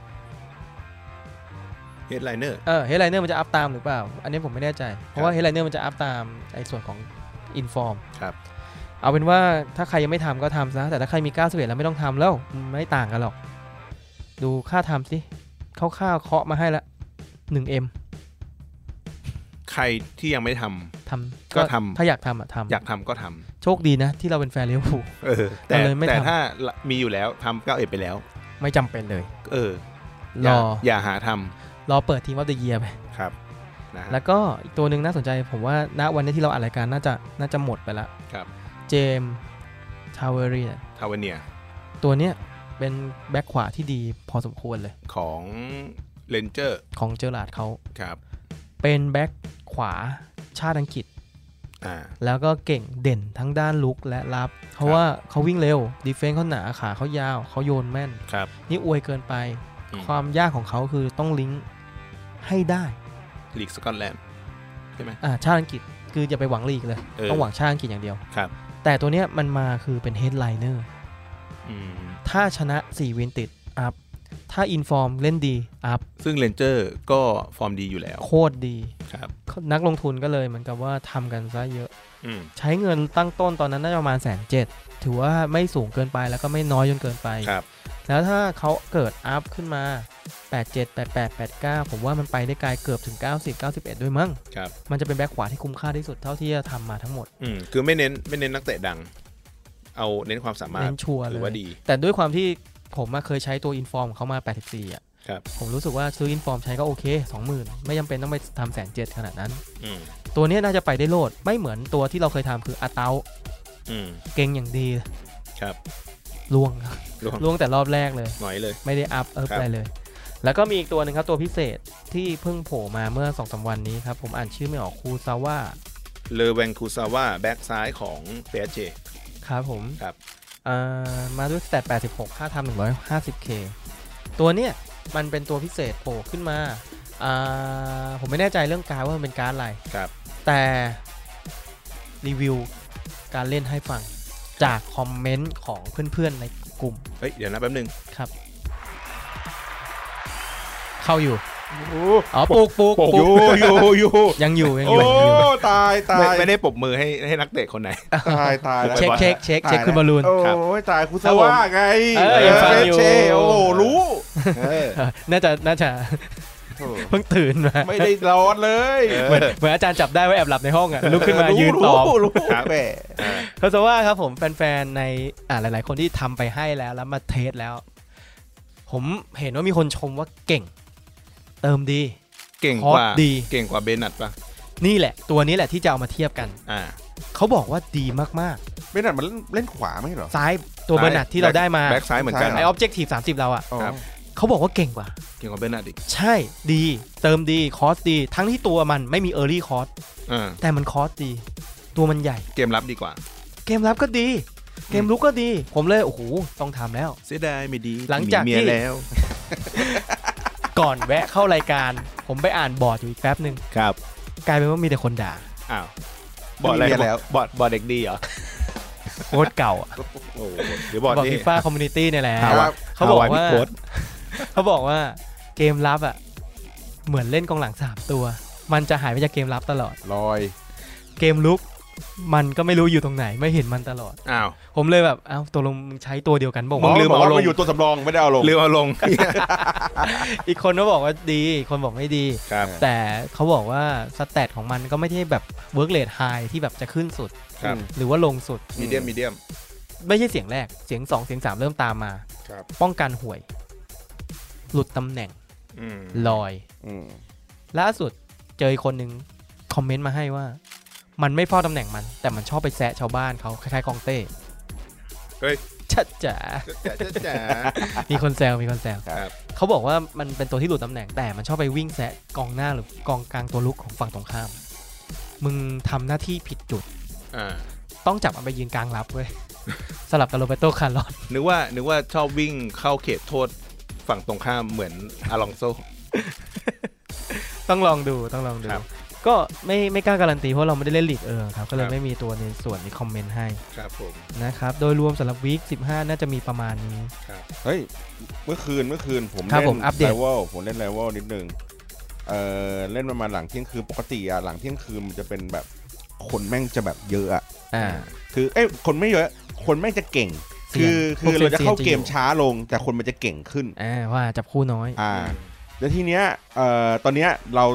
S3: เฮดไลเนอร์
S2: เออเฮดไลเนอร์มันจะอัพตามหรือเปล่า อันนี้ผมไม่แน่ใจ เพราะว่าเฮดไลเนอร์มันจะอัพตามไอส่วนของอินฟอร์ม
S3: ครับ
S2: เอาเป็นว่าถ้าใครยังไม่ทำก็ทำซะแต่ถ้าใครมี91แล้วไม่ต้องทำแล้วไม่ต่างกันหรอก ดูค่าทำสิคร่าวๆเคาะมาให้ละ 1m
S3: ใครที่ยังไม่ทำ
S2: ทำ
S3: ก็ทำ
S2: ถ้าอยากทำอะทำ
S3: อยากทำก็ทำ
S2: โชคดีนะ ที่เราเป็นแฟนเลี้ยวผูล
S3: เออ แต่
S2: เราเลยไม่
S3: แต่
S2: ทำ
S3: ถ้ามีอยู่แล้วทำก้าเอ็ดไปแล้ว
S2: ไม่จำเป็นเลย
S3: เออ
S2: ร
S3: ย่า
S2: อ
S3: อย่าหาท
S2: ร
S3: ำ
S2: อเปิดทีมวัฟเดอะเยียไป
S3: ครับ นะฮะ
S2: แล้วก็อีกตัวหนึ่งน่าสนใจผมว่าณวันนี้ที่เราอัดรายการน่าจะน่าจะหมดไปละ
S3: ครับ
S2: เจมส์ทาวเวอรีเนี่ย
S3: ทาวเวเนีย
S2: ตัวเนี้ยเป็นแบ็คขวาที่ดีพอสมควรเลย
S3: ของเลนเจอร์
S2: ของเจอราร์ดเขา
S3: ครับ
S2: เป็นแบ็คขวาชาติอังกฤษ
S3: อ่า
S2: แล้วก็เก่งเด่นทั้งด้านลุกและรับ เพราะ
S3: ครับ
S2: ว่าเขาวิ่งเร็วดีเฟนส์เขาหนาขาเขายาวเขาโยนแม่น
S3: ครับ
S2: นี่อวยเกินไป
S3: อืม
S2: ความยากของเขาคือต้องลิงก์ให้ได้
S3: ลีกสกอตแลนด์ใช่ไหม
S2: อ่าชาติอังกฤษคืออย่าไปหวังลีกเลย
S3: เออ
S2: ต้องหวังชาติอังกฤษอย่างเดียว
S3: ครับ
S2: แต่ตัวเนี้ยมันมาคือเป็นเฮดไลเนอร์
S3: อืม
S2: ถ้าชนะ 4 วินติดอัพ ถ้าอินฟอร์มเล่นดีอัพ
S3: ซึ่งเรนเจอร์ก็ฟอร์มดีอยู่แล้ว
S2: โคตรดี
S3: ครับ
S2: นักลงทุนก็เลยเหมือนกับว่าทำกันซะเยอะ
S3: อืม
S2: ใช้เงินตั้งต้นตอนนั้นน่าจะประมาณแสนเจ็ดถือว่าไม่สูงเกินไปแล้วก็ไม่น้อยจนเกินไป
S3: ครับ
S2: แล้วถ้าเขาเกิดอัพขึ้นมา 87 88 89 ผมว่ามันไปได้ไกลเกือบถึง 90 91 ด้วยมั้ง
S3: ครับ
S2: มันจะเป็นแบ็คขวาที่คุ้มค่าที่สุดเท่าที่จะทำมาทั้งหมด
S3: อืมคือไม่เน้นไม่เน้นนักเตะดัง เอาเน้นความสามารถ
S2: เน้นชัวร์เล
S3: ถือว่าย ดี
S2: แต่ด้วยความที่ผมอะเคยใช้ตัวอินฟอร์มเขามา 84 อ่ะ
S3: ครับ
S2: ผมรู้สึกว่าซื้ออินฟอร์มใช้ก็โอเค 20,000 ไม่จำเป็นต้องไปทำแสนเจ็ดขนาดนั้น
S3: อืม
S2: ตัวเนี้ยน่าจะไปได้โลด ไม่เหมือนตัวที่เราเคยทำคืออาเตา
S3: อืม
S2: เก่งอย่างดี
S3: ครับ
S2: ล่ วง
S3: รวม
S2: ล่วงแต่รอบแรกเลย
S3: หน่อยเลย
S2: ไม่ได้อัพเอิบ
S3: ครับ
S2: อะไรเลย แล้วก็มีอีกตัวหนึ่งครับตัวพิเศษที่เพิ่งโผล่มาเมื่อ2อสาวันนี้ครับ ผมอ่านชื่อไม่ออกคูซาว่า
S3: เลอแวนคูซาว่าแบ็กซ้ายของเปเจ
S2: ครับผม
S3: ครับ
S2: อ่ามาด้วยสแตท86 ค่าทำ 150k ตัวเนี้ยมันเป็นตัวพิเศษโผล่ขึ้นมาอ่าผมไม่แน่ใจเรื่องการดว่ามันเป็นการดอะไร
S3: ครับ
S2: แต่รีวิวการเล่นให้ฟังจากคอมเมนต์ของเพื่อนๆในกลุ่ม
S3: เฮ้ย เดี๋ยวนะแป๊บนึง
S2: ครับ เข้าอยู่
S4: โอ้
S2: อ๋อปลูกปลูกป
S4: โย
S2: ลูก
S4: โยโย
S2: ยังอยู่ยัง
S4: โอ้
S2: อยู่ยังอยู่
S4: ตายตา
S3: ไม่
S4: ย
S3: ไม่ได้ปรบมือให้ให้นักเตะคนไหน
S4: ตายตายแล้ว
S2: เช็คเช็คเช็คเช็ค
S4: ตายแล้ว
S2: คุณบอลลูน
S4: โอ้
S3: ครับ
S4: ยตายคุณสว่าไง
S2: เออยังฟังอยู่
S4: เช่โอ้โหรู้เออ
S2: เออน่าจะน่าจะ
S4: โถ่
S2: เพิ่งตื่นมา
S4: ไม่ได้ร้อนเลย
S3: เออ
S2: เหมือนเหมือนอาจารย์จับได้ว่าแอบหลับในห้องอ่ะลุกขึ้นมา
S4: รู้
S2: ยืนตอบ
S4: รู้รู้
S3: ครับ
S4: แหม
S3: อ่า
S2: เขาจะว่าครับผมแฟนๆในอ่าหลาย ๆ คนที่ทำไปให้แล้วแล้วมาเทสแล้ว ผมเห็นว่ามีคนชมว่าเก่ง เติมดี
S3: เก่งกว่า
S2: ฮอตดี
S3: เก่งกว่าเบนัดปะ
S2: นี่แหละ ตัวนี้แหละที่จะเอามาเทียบกัน
S3: อ่า
S2: เขาบอกว่าดีมาก
S4: ไม่นัดมันเล่นขวาไม่ใช่เหรอ
S2: ๆซ้ายตัวเบอร์นัดที่เราได้มา
S3: แบ็กซ้ายเหมือนกัน
S4: ซ้าย
S2: ไอ
S4: ห
S2: อ
S4: ร
S2: อบเจกตีฟสามสิบเราอ่ะ
S3: ครับ
S2: เขาบอกว่าเก่งกว่า
S3: เก่งกว่าเบนัดอีก
S2: ใช่ดีเติมดีคอสดี ทั้งที่ตัวมันไม่มีเออร์ลี่คอส
S3: อ่า
S2: แต่มันคอสดี ตัวมันใหญ่
S3: เกมรับดีกว่า
S2: เกมรับก็ดี เกมลุกก็ดี ผมเลย โอ้โห ต้องทำแล้ว
S3: เสียดายไม่ดี
S2: หลังจาก
S3: มีเมีย
S2: ที่
S3: แล้ว
S2: ก่อนแวะเข้ารายการ ผมไปอ่านบอร์ดอยู่อีกแป๊บหนึ่ง
S3: ครับ
S2: กลายเป็นว่ามีแต่คนด่า
S3: อ้าวบอร์ดอะไร
S4: มีเมียแล้ว
S3: บอร์ดบอร์ดเด็กดีเหรอ
S2: โคตรเก่าอะ
S3: โอ้โหเดี๋ยว
S2: บบ อ
S3: อ
S2: ร์ด
S3: ร์ด
S2: ฟี
S3: นี่
S2: ฟ่าคอมมูนิตี้เนี่ยแหละ
S3: ค
S4: ครับ
S2: เขาบอก
S3: ฮย
S2: ว่า
S3: โค้ด
S2: เขาบอกว่าเกมรับอ่ะ เหมือนเล่นกองหลังสามตัว มันจะหายไปจากเกมรับตลอด
S4: ลอย
S2: เกมลุก มันก็ไม่รู้อยู่ตรงไหนไม่เห็นมันตลอด
S3: อ้าว
S2: ผมเลยแบบเอ้าตัวลงมึงใช้ตัวเดียวกันบอก
S4: มึ
S2: ว่าง
S3: ลื
S4: ลื
S3: ม
S4: มเอา
S3: เอาล
S4: ล
S3: ง
S4: งอยู่ตัวสำรองไม่ได้เอาลง
S3: ลืมเอาลง
S2: อีกคนก็บอกว่าดีอีกคนบอกไม่ดี
S3: ครับ
S2: แต่เขาบอกว่าสแตทของมันก็ไม่ได้แบบเวิร์กเลทไฮที่แบบจะขึ้นสุด
S3: ครับ
S2: หรือว่าลงสุด
S3: มีเดียมมีเดียม
S2: ไม่ใช่เสียงแรกเสียง 2 เสียง 3 เริ่มตามมา
S3: ครับ
S2: ป้องกันห่วย หลุดตำแหน่ง
S3: อืม
S2: ลอย
S4: อืม
S2: ล่าสุดเจออีกคนหนึ่งคอมเมนต์มาให้ว่า มันไม่เฝ้าตำแหน่งมัน แต่มันชอบไปแซะชาวบ้านเขาคล้ายๆกองเต้
S3: เฮ้ย
S2: ชัด จ๋า
S3: จ๊ะจ๊ะจ๊ะ
S2: มีคนแซวมีคนแซว
S3: ครับ
S2: เขาบอกว่ามันเป็นตัวที่หลุดตำแหน่งแต่มันชอบไปวิ่งแซะกองหน้าหรือกองกลางตัวลุกของฝั่งตรงข้าม มึงทำหน้าที่ผิดจุด
S3: อ่า
S2: ต้องจับมันไปยืนกลางรับเว้ ย สลับกับโรเบโตคาร์ลอส
S3: นึกว่านึกว่าชอบวิ่งเข้าเขตโทษฝั่งตรงข้ามเหมือนอลองโซ
S2: ต้องลองดูต้องลองดู
S3: ครับ
S2: ก็ไม่ไม่กล้าการันตีเพราะเราไม่ได้เล่นลีกเออครับ ก็เลย
S3: ครับ
S2: ไม่มีตัวในส่วนในคอมเมนต์ให้
S3: ครับผม
S2: นะครับ โดยรวมสำหรับวีค15 น่าจะมีประมาณนี้
S4: เฮ้ย เมื่อคืนเมื่อคืนผม
S2: ครับ
S4: เล่
S2: ผม
S4: น
S2: อัปเดต
S4: ไรวลผมเล่นไรวลนิดนึง เออเล่นประมาณหลังเที่ยงคืนปกติอะหลังเที่ยงคืนมันจะเป็นแบบ คนแม่งจะแบบเยอะอะ
S2: อ่า
S4: คือเอ้ยคนไม่เยอะคนแม่งจะเก่ง
S2: เสี่ยงพ
S4: คือ
S2: ว
S4: คื
S2: ก
S4: อเราจะเข้า
S2: เสี่ยงๆจะอยู่
S4: เกมช้าลง แต่คนมันจะเก่งขึ้น
S2: อ่าว่าจับคู่น้อย
S4: อ่า แล้วทีเนี้ยเอ่อตอนเนี้ยเรา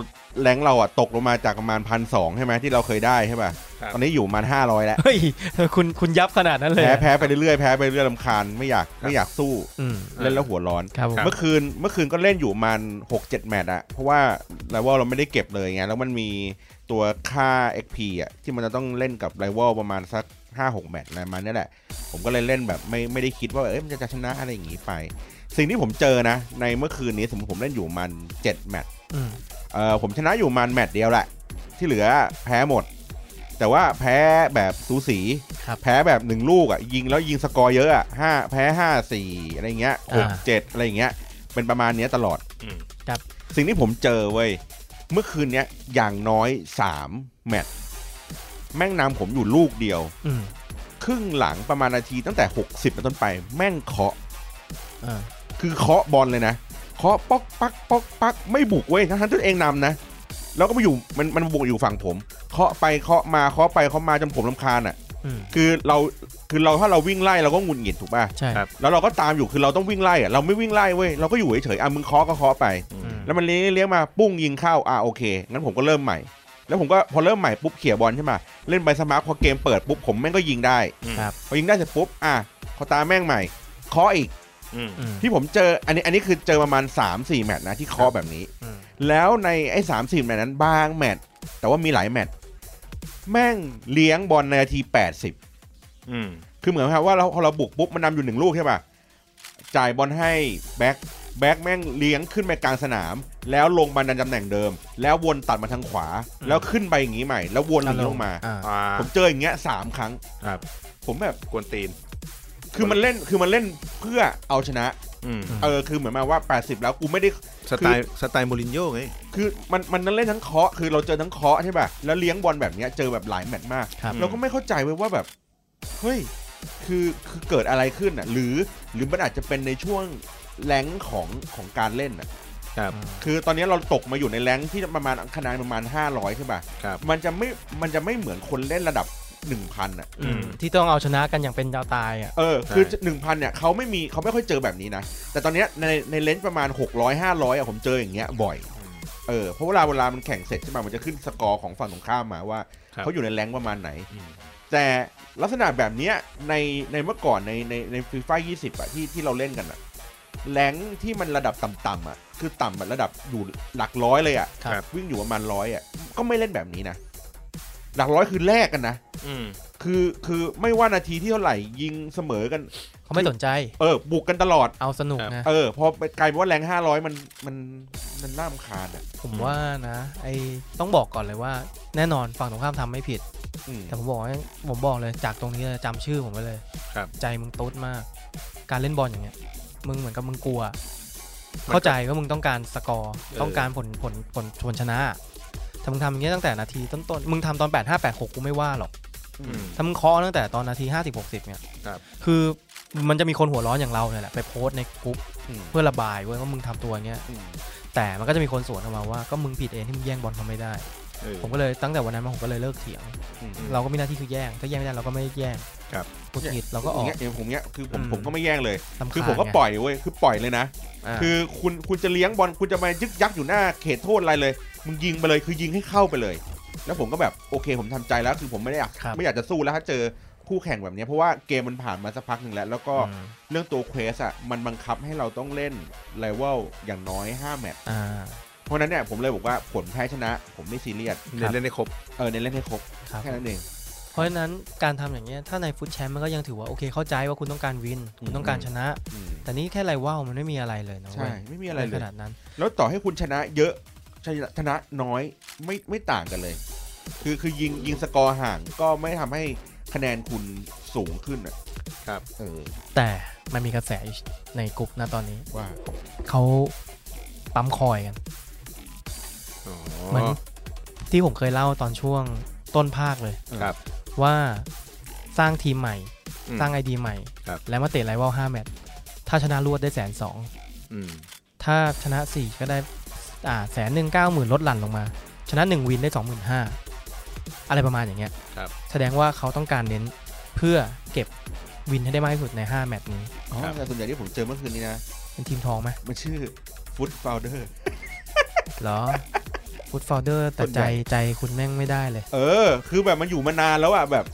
S4: แรงเราอะตกลงมาจากประมาณพันสองใช่ไหมที่เราเคยได้ใช่ป่ะ
S3: ครับ
S4: ตอนนี้อยู่ประมาณห้าร้อยแล้ว
S2: เฮ้ยคุณคุณยับขนาดนั้นเลย
S4: แพ้แพ้ไปเรื่อยๆแพ้ไปเรื่อยลำคาญไม่อยากไม่อยากสู้
S2: อืม
S4: เล่นแล้วหัวร้อน
S2: ครับผม
S4: เมื่อคืนเมื่อคืนก็เล่นอยู่ประมันหกเจ็ดแมตช์อะเพราะว่าไรวอลเราไม่ได้เก็บเลยไงแล้วมันมีตัวค่า XP อะที่มันจะต้องเล่นกับไรวอลประมาณสักห้าหกแมตช์อะไรประมาณเนี้ยแหละ ผมก็เลยเล่นแบบไม่ไม่ได้คิดว่าเอ้ยมันจะชนะอะไรอย่างงี้ไป สิ่งที่ผมเจอนะ ในเมื่อคืนนี้สมมติผมเล่นอยู่ประมันเจ็ดแมตช์
S2: อืม
S4: เออผมชนะอยู่ประมันแมตช์เดียวแหละ ที่เหลือแพ้หมด แต่ว่าแพ้แบบสูสี
S2: ครับ
S4: แพ้แบบหนึ่งลูกอ่ะยิงแล้วยิงสกอร์เยอะอ่ะห้าแพ้ห้าสี่อะไรเงี้ยหก
S2: อ่า
S4: เจ็ดอะไรเงี้ย เป็นประมาณเนี้ยตลอด
S3: อืม
S4: สิ่งที่ผมเจอเว้ย เมื่อคืนเนี้ยอย่างน้อยสามแมตช์แม่งนำผมอยู่ลูกเดียว
S2: อืม
S4: ครึ่งหลังประมาณนาทีตั้งแต่ 60เป็นต้นไป แม่งเคาะ
S2: อ่า
S4: คือเคาะบอลเลยนะ เคาะป๊อกปักป๊อกปักไม่บุกเว้ยทั้งๆที่ตัวเองนำนะ แล้วก็มาอยู่มันมันบุกอยู่ฝั่งผมเคาะไปเคาะมาเคาะไปเคาะมาจนผมลำคาญอ่ะ
S2: อืม
S4: คือเราคือเราถ้าเราวิ่งไล่เราก็หงุดหงิดถูกป่ะ
S2: ใช่
S3: ครับ
S4: แล้วเราก็ตามอยู่คือเราต้องวิ่งไล่อะเราไม่วิ่งไล่เว้ยเราก็อยู่เฉยๆอ่ะมึงเคาะก็เคาะไป
S2: อืม
S4: แล้วมันเลี้ยงเลี้ยงมาปุ้งยิงเข้าอ่ะโอเคงั้นผมก็เริ่มใหม่ แล้วผมก็พอเริ่มใหม่ปุ๊บเขี่ยบอลใช่ไหมเล่นไปสมาร์ทพอเกมเปิดปุ๊บผมแม่งก็ยิงได้
S2: ครับ
S4: พอยิงได้เสร็จปุ๊บอ่ะพอตาแม่งใหม่เคาะอีก
S3: อืม
S2: อืม
S4: ที่ผมเจออันนี้อันนี้คือเจอประมาณ 3-4 แมตช์นะที่เคาะแบบนี้
S2: อืม
S4: แล้วในไอ้สามสี่แมตช์นั้นบางแมตช์แต่ว่ามีหลายแมตช์แม่งเลี้ยงบอลในนาที 80
S3: อืม
S4: คือเหมือนครับว่าเราพอเราบุกปุ๊บมันนำอยู่หนึ่งลูกใช่ป่ะ จ่ายบอลให้แบ็คแบ็คแม่งเลี้ยงขึ้นไปกลางสนาม แล้วลงมาในตำแหน่งเดิม แล้ววนตัดมาทางขวา แล้วขึ้นไปอย่างนี้ใหม่ แล้ววนหนีลงมา
S2: อ่
S3: อ่า
S4: ผมเจออย่างเงี้ยสามครั้ง
S3: ครับ
S4: ผมแบบ
S3: กวนตีน
S4: คือมันเล่นคือมันเล่นเพื่อเอาชนะ
S3: อืม
S4: เออคือเหมือนมาว่า 80 แล้วกูไม่ได้
S3: สไตล์สไตล์โมรินโญ่ไง
S4: คือมันมันเล่นทั้งเคาะ คือเราเจอทั้งเคาะใช่ป่ะแล้วเลี้ยงบอลแบบเนี้ยเจอแบบหลายแมตช์มาก
S2: ครับ
S4: เราก็ไม่เข้าใจเว้ยว่าแบบเฮ้ยคือคือเกิดอะไรขึ้นอ่ะ หรือหรือมันอาจจะเป็นในช่วงแรงค์ของของการเล่นอ่ะ
S3: ครับ
S4: คือตอนนี้เราตกมาอยู่ในแรงค์ที่ประมาณคะแนนประมาณ 500 ใช่ป่ะ
S3: ครับ
S4: มันจะไม่มันจะไม่เหมือนคนเล่นระดับ 1,000อ่ะ
S2: อืมที่ต้องเอาชนะกันอย่างเป็นดาวตายอ่ะ
S4: เออคือ
S3: ใช่
S4: 1,000เนี่ยเขาไม่มีเขาไม่ค่อยเจอแบบนี้นะ แต่ตอนเนี้ยในในเลนส์ประมาณ 600 500อ่ะผมเจออย่างเงี้ยบ่อย เออเพราะเวลาเวลามันแข่งเสร็จใช่ไหมมันจะขึ้นสกอร์ของฝั่งตรงข้ามมาว่า
S3: ครับ
S4: เขาอยู่ในแรงค์ประมาณไหน
S3: อืม
S4: แต่ลักษณะแบบเนี้ยในในเมื่อก่อนในในในฟีฟ่ายี่สิบอะที่ที่เราเล่นกันอะแรงค์ที่มันระดับต่ำๆอะคือต่ำแบบระดับอยู่หลักร้อยเลยอะ
S2: ครับ
S4: วิ่งอยู่ประมาณร้อยอะก็ไม่เล่นแบบนี้นะ หลักร้อยคือแลกกันนะ
S3: อืม
S4: คือคือไม่ว่านาทีที่เท่าไหร่ยิงเสมอกัน
S2: เขาไม่สนใจ
S4: เออบุกกันตลอด
S2: เอาสนุก
S3: ครับ
S2: นะ
S4: เออพอไปกลายเป็นว่าแรงห้าร้อยมันมันมันน่ารำคาญอะ
S2: ผมว่านะไอต้องบอกก่อนเลยว่าแน่นอนฝั่งตรงข้ามทำไม่ผิด
S4: อืม
S2: แต่ผมบอกให้ผมบอกเลยจากตรงนี้เลยจำชื่อผมไว้เลย
S3: ครับ
S2: ใจมึงตุ๊ดมาก การเล่นบอลอย่างเงี้ย มึงเหมือนกับมึงกลัว เข้าใจว่ามึงต้องการสกอร์
S3: เออ
S2: ต้องการผลผลผลผลชนะถ้ามึงทำอย่างเงี้ยตั้งแต่นาทีต้นๆมึงทำตอน 8 5 8 6กูไม่ว่าหรอก
S3: อืม
S2: ถ้ามึงเคอตั้งแต่ตอนนาที 50 60เนี่ย
S3: ครับ
S2: คือมันจะมีคนหัวร้อนอย่างเราเนี่ยแหละไปโพสต์ในกลุ่ม
S4: อืม
S2: เพื่อระบายเว้ยว่ามึงทำตัวอย่างเงี้ย
S4: อืม
S2: แต่มันก็จะมีคนสวนออกมาว่าก็มึงผิดเองที่มึงแย่งบอลเขาไม่ได้
S3: เออ
S2: ผมก็เลยตั้งแต่วันนั้นมาผมก็เลยเลิกเถียง
S3: อืม
S2: เราก็มีหน้าที่คือแย่ง ถ้าแย่งไม่ได้เราก็ไม่แย่ง
S3: ครับ
S2: กดหงิดเราก็ออก
S4: ย่างเงี้ยอย่างผมเงี้ยคือผม
S2: อืม
S4: ผมก็ไม่แย่งเลย
S2: ลำาญ
S4: คือผมก็ปล่อยเว้ยคือปล่อยเลยนะ
S2: า
S4: คือคุณคุณจะเลี้ยงบอลคุณจะมายึกยักอยู่หน้าเขตโทษอะไรเลย มึงยิงไปเลยคือยิงให้เข้าไปเลย แล้วผมก็แบบโอเคผมทำใจแล้วคือผมไม่ได้อยาก
S2: ครับ
S4: ไม่อยากจะสู้แล้วถ้าเจอคู่แข่งแบบเนี้ยเพราะว่าเกมมันผ่านมาสักพักหนึ่งแล้ว แล้วก็
S2: อืม
S4: เรื่องตัวเควสอ่ะมันบังคับให้เราต้องเล่นเลเวลอย่างน้อย 5 แมตช์
S2: อ่า
S4: เพราะฉะนั้นเนี่ยผมเลยบอกว่าผลแพ้ชนะ ผมไม่ซีเรียส
S3: เล่นเล่นได้ครบ
S4: เออเน้นเล่นให้ครบ
S2: ครับ
S4: แค่นั้นเอง
S2: เพราะฉะนั้นการทำอย่างเงี้ยถ้าในฟุตแชมป์มันก็ยังถือว่าโอเคเข้าใจว่าคุณต้องการวิน คุณต้องการชนะ
S4: อืม
S2: แต่นี่แค่ไรว่าวมันไม่มีอะไรเลยนะ
S4: ใช่
S2: เว้ย
S4: ไม่มีอะไรเล
S2: ข
S4: ย
S2: นาดนั้น
S4: แล้วต่อให้คุณชนะเยอะชนะชนะน้อยไม่ไม่ต่างกันเลย คือคือยิงยิงสกอร์ห่างก็ไม่ทำให้คะแนนคุณสูงขึ้นอ่ะ
S3: ครับ
S4: เออ
S2: แต่มันมีกระแสอยู่ในกลุ่มนะตอนนี้
S4: ว่า
S2: เขาปั๊มคอยกัน
S3: อ๋อ
S2: เหมือนที่ผมเคยเล่าตอนช่วงต้นภาคเลย
S3: ครับ
S2: ว่าสร้างทีมใหม่
S3: อืม
S2: สร้างไอดีใหม่
S3: ครับ
S2: แล้วมาเตะไรวัลห้าแมตช์ถ้าชนะรวดได้แสนสอง
S3: อืม
S2: ถ้าชนะ 4 ก็ได้อ่าแสนหนึ่งเก้าหมื่นลดหลั่นลงมา ชนะ 1 วินได้ 2 5 0 0 0อะไรประมาณอย่างเงี้ย
S3: ครับ
S2: แสดงว่าเขาต้องการเน้นเพื่อเก็บวินให้ได้มากที่สุดใน 5 แมตช์นี้
S4: อ๋อ
S3: ครับ
S4: แต่ส่วนใหญ่ที่ผมเจอเมื่อคืนนี้นะ
S2: เป็นทีมทองไหม
S4: มันชื่อฟุตฟาวเดอร์
S2: เหรอ ฟุตฟอลเดอร์แต่ใจใจคุณแม่งไม่ได้เลย
S4: เออ คือแบบมันอยู่มานานแล้วอ่ะแบบ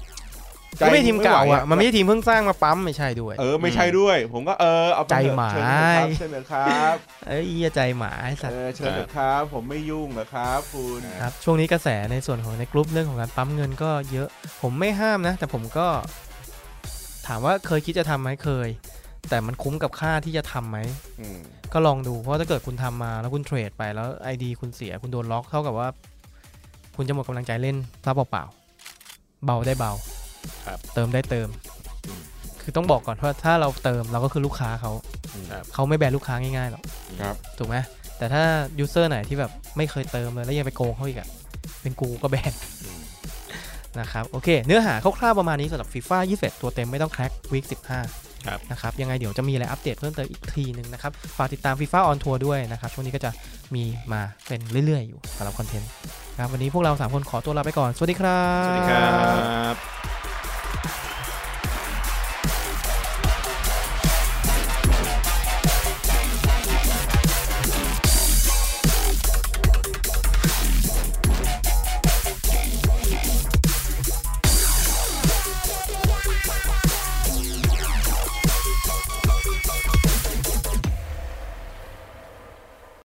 S4: ใจ
S2: ก็ไม่ใช่ทีมเก่า
S4: ไหว
S2: อ่ะ มันไม่ใช่ทีมเพิ่งสร้างมาปั๊มไม่ใช่ด้วย
S4: เออไม่ใช่ด้วย ผมก็เออเอาไปเถอะ
S2: ใจหมา
S4: เชิญเถอะครับเชิญเถอะครับ
S2: เอ้ยเหี้ยใจหมาไอ้สัต
S4: เอ
S2: ว์
S4: อเชิญเถอะครับ ผมไม่ยุ่งเหรอครับ คุณ
S2: ครับ ช่วงนี้กระแสในส่วนของในกลุ่มเรื่องของการปั๊มเงินก็เยอะ ผมไม่ห้ามนะ แต่ผมก็ ถามว่าเคยคิดจะทำไหมเคย แต่มันคุ้มกับค่าที่จะทำไหม
S4: อืม
S2: ก็ลองดู เพราะว่าถ้าเกิดคุณทำมาแล้วคุณเทรดไปแล้วไอดีคุณเสียคุณโดนล็อกเท่ากับว่า คุณจะหมดกำลังใจเล่นซะเปล่าๆเบาได้เบา
S3: ครับ
S2: เติมได้เติม
S3: อืม
S2: คือต้องบอกก่อนว่าถ้าเราเติมเราก็คือลูกค้าเขา
S3: ครับ
S2: เขาไม่แบนลูกค้าง่ายๆหรอก
S4: ครับ
S2: ถูกไหมแต่ถ้ายูเซอร์ไหนที่แบบไม่เคยเติมเลยแล้วยังไปโกงเขาอีกอะเป็นกูก็แบน
S3: อืม
S2: นะครับ โอเค เนื้อหาคร่าวๆประมาณนี้สำหรับฟีฟ่า21 ตัวเต็มไม่ต้องแคร็กวีค15
S1: ครับ
S2: นะครับยังไงเดี๋ยวจะมีอะไรอัปเดตเพิ่มเติมอีกทีหนึ่งนะครับ ฝากติดตาม FIFA on Tour ด้วยนะครับ ช่วงนี้ก็จะมีมาเป็นเรื่อย ๆ อยู่สำหรับคอนเทนต์นะครับวันนี้พวกเรา 3 คนขอตัวลาไปก่อน สวัสดีครับ
S3: สวัสดีครับ